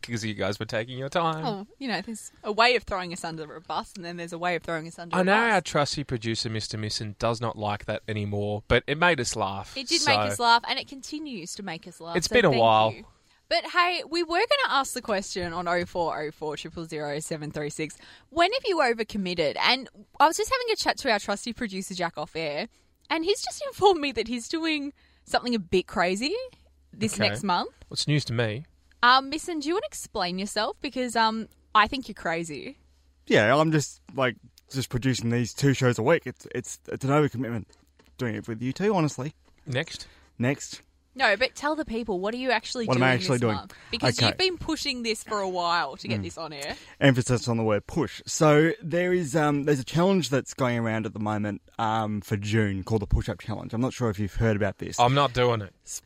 Speaker 2: because you guys were taking your time.
Speaker 3: Oh, you know, there's a way of throwing us under a bus, and then there's a way of throwing us under.
Speaker 2: I
Speaker 3: a
Speaker 2: know
Speaker 3: bus.
Speaker 2: our trusty producer, Mr. Misson, does not like that anymore, but it made us laugh.
Speaker 3: It did
Speaker 2: so-
Speaker 3: make us laugh, and it continues to make us laugh.
Speaker 2: It's
Speaker 3: so
Speaker 2: been a
Speaker 3: thank
Speaker 2: while.
Speaker 3: you. But hey, we were going to ask the question on 0404 000 736. When have you overcommitted? And I was just having a chat to our trusty producer, Jack Off Air, and he's just [laughs] informed me that he's doing something a bit crazy this
Speaker 2: Okay.
Speaker 3: next month.
Speaker 2: What's news to me?
Speaker 3: Um, Misson, do you want to explain yourself? Because um, I think you're crazy.
Speaker 5: Yeah, I'm just like just producing these two shows a week. It's it's it's an overcommitment doing it with you two, honestly.
Speaker 2: Next.
Speaker 5: Next,
Speaker 3: No, but tell the people what are you actually
Speaker 5: What am
Speaker 3: doing
Speaker 5: I actually
Speaker 3: this
Speaker 5: doing?
Speaker 3: month? Because
Speaker 5: Okay. Hmm.
Speaker 3: you've been pushing this for a while to get this on air.
Speaker 5: emphasis on the word push. So there is um there's a challenge that's going around at the moment um for June called the push up challenge. I'm not sure if you've heard about this.
Speaker 2: I'm not doing it.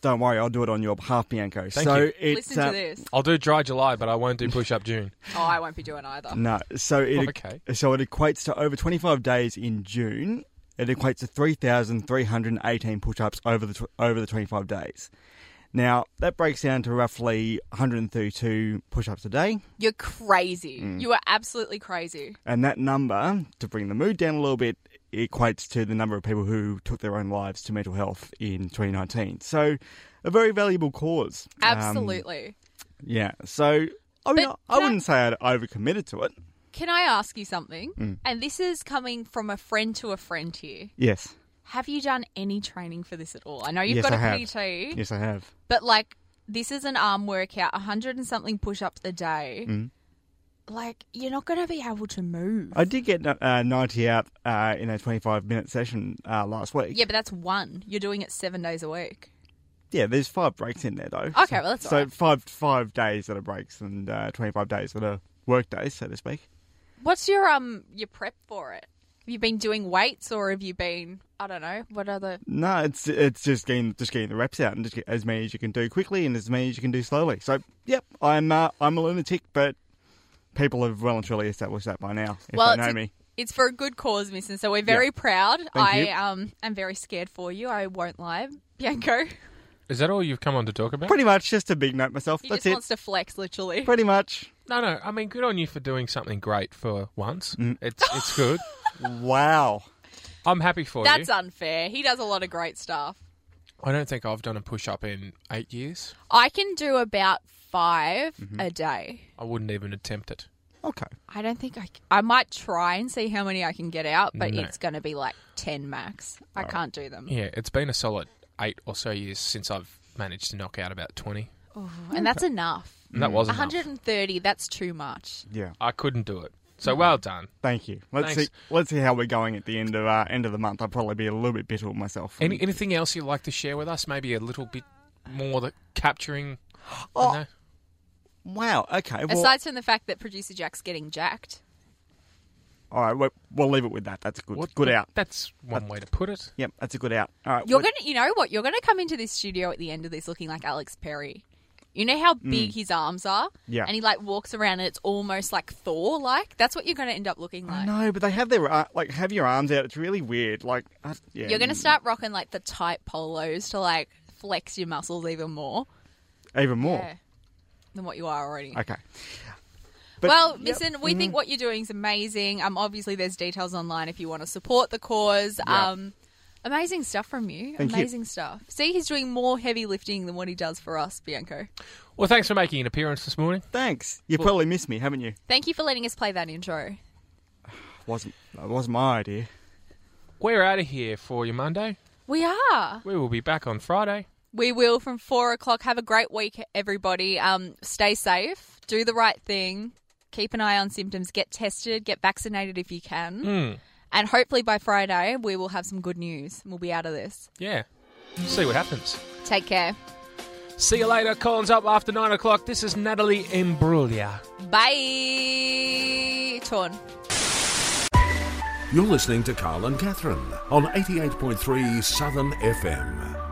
Speaker 5: Don't worry, I'll do it on your behalf, Bianco.
Speaker 2: Thank
Speaker 5: so
Speaker 2: you.
Speaker 5: it's
Speaker 3: Listen
Speaker 5: uh,
Speaker 3: to this.
Speaker 2: I'll do dry July, but I won't do push up June.
Speaker 3: Oh, I won't be doing either.
Speaker 5: No, so it
Speaker 2: Okay.
Speaker 5: so it equates to over 25 days in June. It equates to 3,318 push-ups over the tw- over the 25 days. Now that breaks down to roughly 132 push-ups a day,
Speaker 3: You're crazy.
Speaker 5: Mm.
Speaker 3: You are absolutely crazy.
Speaker 5: and that number, to bring the mood down a little bit, equates to the number of people who took their own lives to mental health in 2019. So, a very valuable cause. Um,
Speaker 3: Absolutely.
Speaker 5: yeah. So I mean,
Speaker 3: But
Speaker 5: I
Speaker 3: can I-
Speaker 5: wouldn't say I'd overcommitted to it.
Speaker 3: Can I ask you something?
Speaker 5: Mm.
Speaker 3: And this is coming from a friend to a friend here.
Speaker 5: Yes.
Speaker 3: Have you done any training for this at all? I know you've
Speaker 5: yes,
Speaker 3: got
Speaker 5: I
Speaker 3: a E?
Speaker 5: have.
Speaker 3: PT,
Speaker 5: Yes, I have.
Speaker 3: but like this is an arm workout, 100 and something push ups a day. Like, you're not going to be able to move.
Speaker 5: Mm. I did get uh, 90 out uh, in a 25 minute session uh, last week.
Speaker 3: yeah, but that's one. You're doing it seven days a week.
Speaker 5: Yeah, there's five breaks in there though.
Speaker 3: Okay, well, that's
Speaker 5: so
Speaker 3: alright.
Speaker 5: five five days that are breaks and uh, 25 days that are work days, so to speak.
Speaker 3: What's your um your prep for it? Have you been doing weights or have you been I don't know what other
Speaker 5: No, it's it's just getting just getting the reps out and just get as many as you can do quickly and as many as you can do slowly. So yep, I'm uh, I'm a lunatic, but people have well and truly established that by now if they know
Speaker 3: it's,
Speaker 5: me.
Speaker 3: it's for a good cause, Misson. So we're very proud. I
Speaker 5: you.
Speaker 3: um am very scared for you. I won't lie, Bianco.
Speaker 2: Is that all you've come on to talk about?
Speaker 5: Pretty much just a big note myself.
Speaker 3: He
Speaker 5: That's
Speaker 3: just
Speaker 5: it.
Speaker 3: wants to flex, literally.
Speaker 5: Pretty much.
Speaker 2: No, no. I mean, good on you for doing something great for once. It's it's good.
Speaker 5: Wow.
Speaker 2: I'm happy for
Speaker 3: That's
Speaker 2: you.
Speaker 3: unfair. He does a lot of great stuff.
Speaker 2: I I don't think I've done a push up in eight years.
Speaker 3: I can do about 5
Speaker 5: Mm-hmm.
Speaker 3: a day.
Speaker 2: I wouldn't even attempt it.
Speaker 5: Okay.
Speaker 3: I don't think I. c- I might try and see how many I can get out, but
Speaker 2: No.
Speaker 3: it's going to be like ten max.
Speaker 5: Oh.
Speaker 3: I can't do them,
Speaker 2: Yeah, it's been a solid eight or so years since I've managed to knock out about twenty.
Speaker 3: and that's enough.
Speaker 5: Mm.
Speaker 2: And that wasn't.
Speaker 3: One hundred and thirty. That's too much.
Speaker 5: Yeah.
Speaker 2: I couldn't do it. So well done.
Speaker 5: Thank you. Let's
Speaker 2: Thanks.
Speaker 5: see. Let's see how we're going at the end of uh, end of the month. I'll probably be a little bit bitter with myself.
Speaker 6: Any, anything else you'd like to share with us? Maybe a little bit more that capturing. I
Speaker 5: Oh.
Speaker 6: dunno.
Speaker 5: wow. Okay. Well,
Speaker 3: Aside from the fact that producer Jack's getting jacked,
Speaker 5: all right. We'll, we'll leave it with that. That's a good. good out.
Speaker 6: That's one way to put it.
Speaker 5: Yep. That's a good out. All right.
Speaker 3: you're
Speaker 5: well,
Speaker 3: gonna, you know what? You're gonna come into this studio at the end of this looking like Alex Perry. You know how big his arms are,
Speaker 5: Mm. Yeah.
Speaker 3: and he like walks around, and it's almost like Thor. Like that's what you're gonna end up looking like.
Speaker 5: No, but they have their ar- like have your arms out. It's really weird. Like I, yeah.
Speaker 3: You're gonna start rocking like the tight polos to like flex your muscles even more
Speaker 5: even more.
Speaker 3: Yeah. than what you are already.
Speaker 5: Okay. But-
Speaker 3: well,
Speaker 5: yep. Mm-hmm.
Speaker 3: listen, we think what you're doing is amazing. Um, obviously, there's details online if you want to support the cause.
Speaker 5: Yeah.
Speaker 3: Um, amazing stuff from you.
Speaker 5: Thank you.
Speaker 3: amazing stuff. See, he's doing more heavy lifting than what he does for us, Bianco.
Speaker 6: Well, thanks for making an appearance this morning.
Speaker 5: Thanks. You probably missed me, haven't you?
Speaker 3: Thank you for letting us play that intro.
Speaker 5: Wasn't that wasn't my idea.
Speaker 2: We're out of here for your Monday.
Speaker 3: We are.
Speaker 2: We will be back on Friday.
Speaker 3: We will from four o'clock. Have a great week, everybody. Um, stay safe. Do the right thing. Keep an eye on symptoms. Get tested. Get vaccinated if you can. And hopefully by Friday, we will have some good news. We'll be out of this.
Speaker 2: Yeah. See what happens.
Speaker 3: Take care.
Speaker 2: See you later. Colin's up after nine o'clock. This is Natalie Imbruglia.
Speaker 3: Bye. Torn.
Speaker 1: You're listening to Carl and Catherine on 88.3 Southern FM.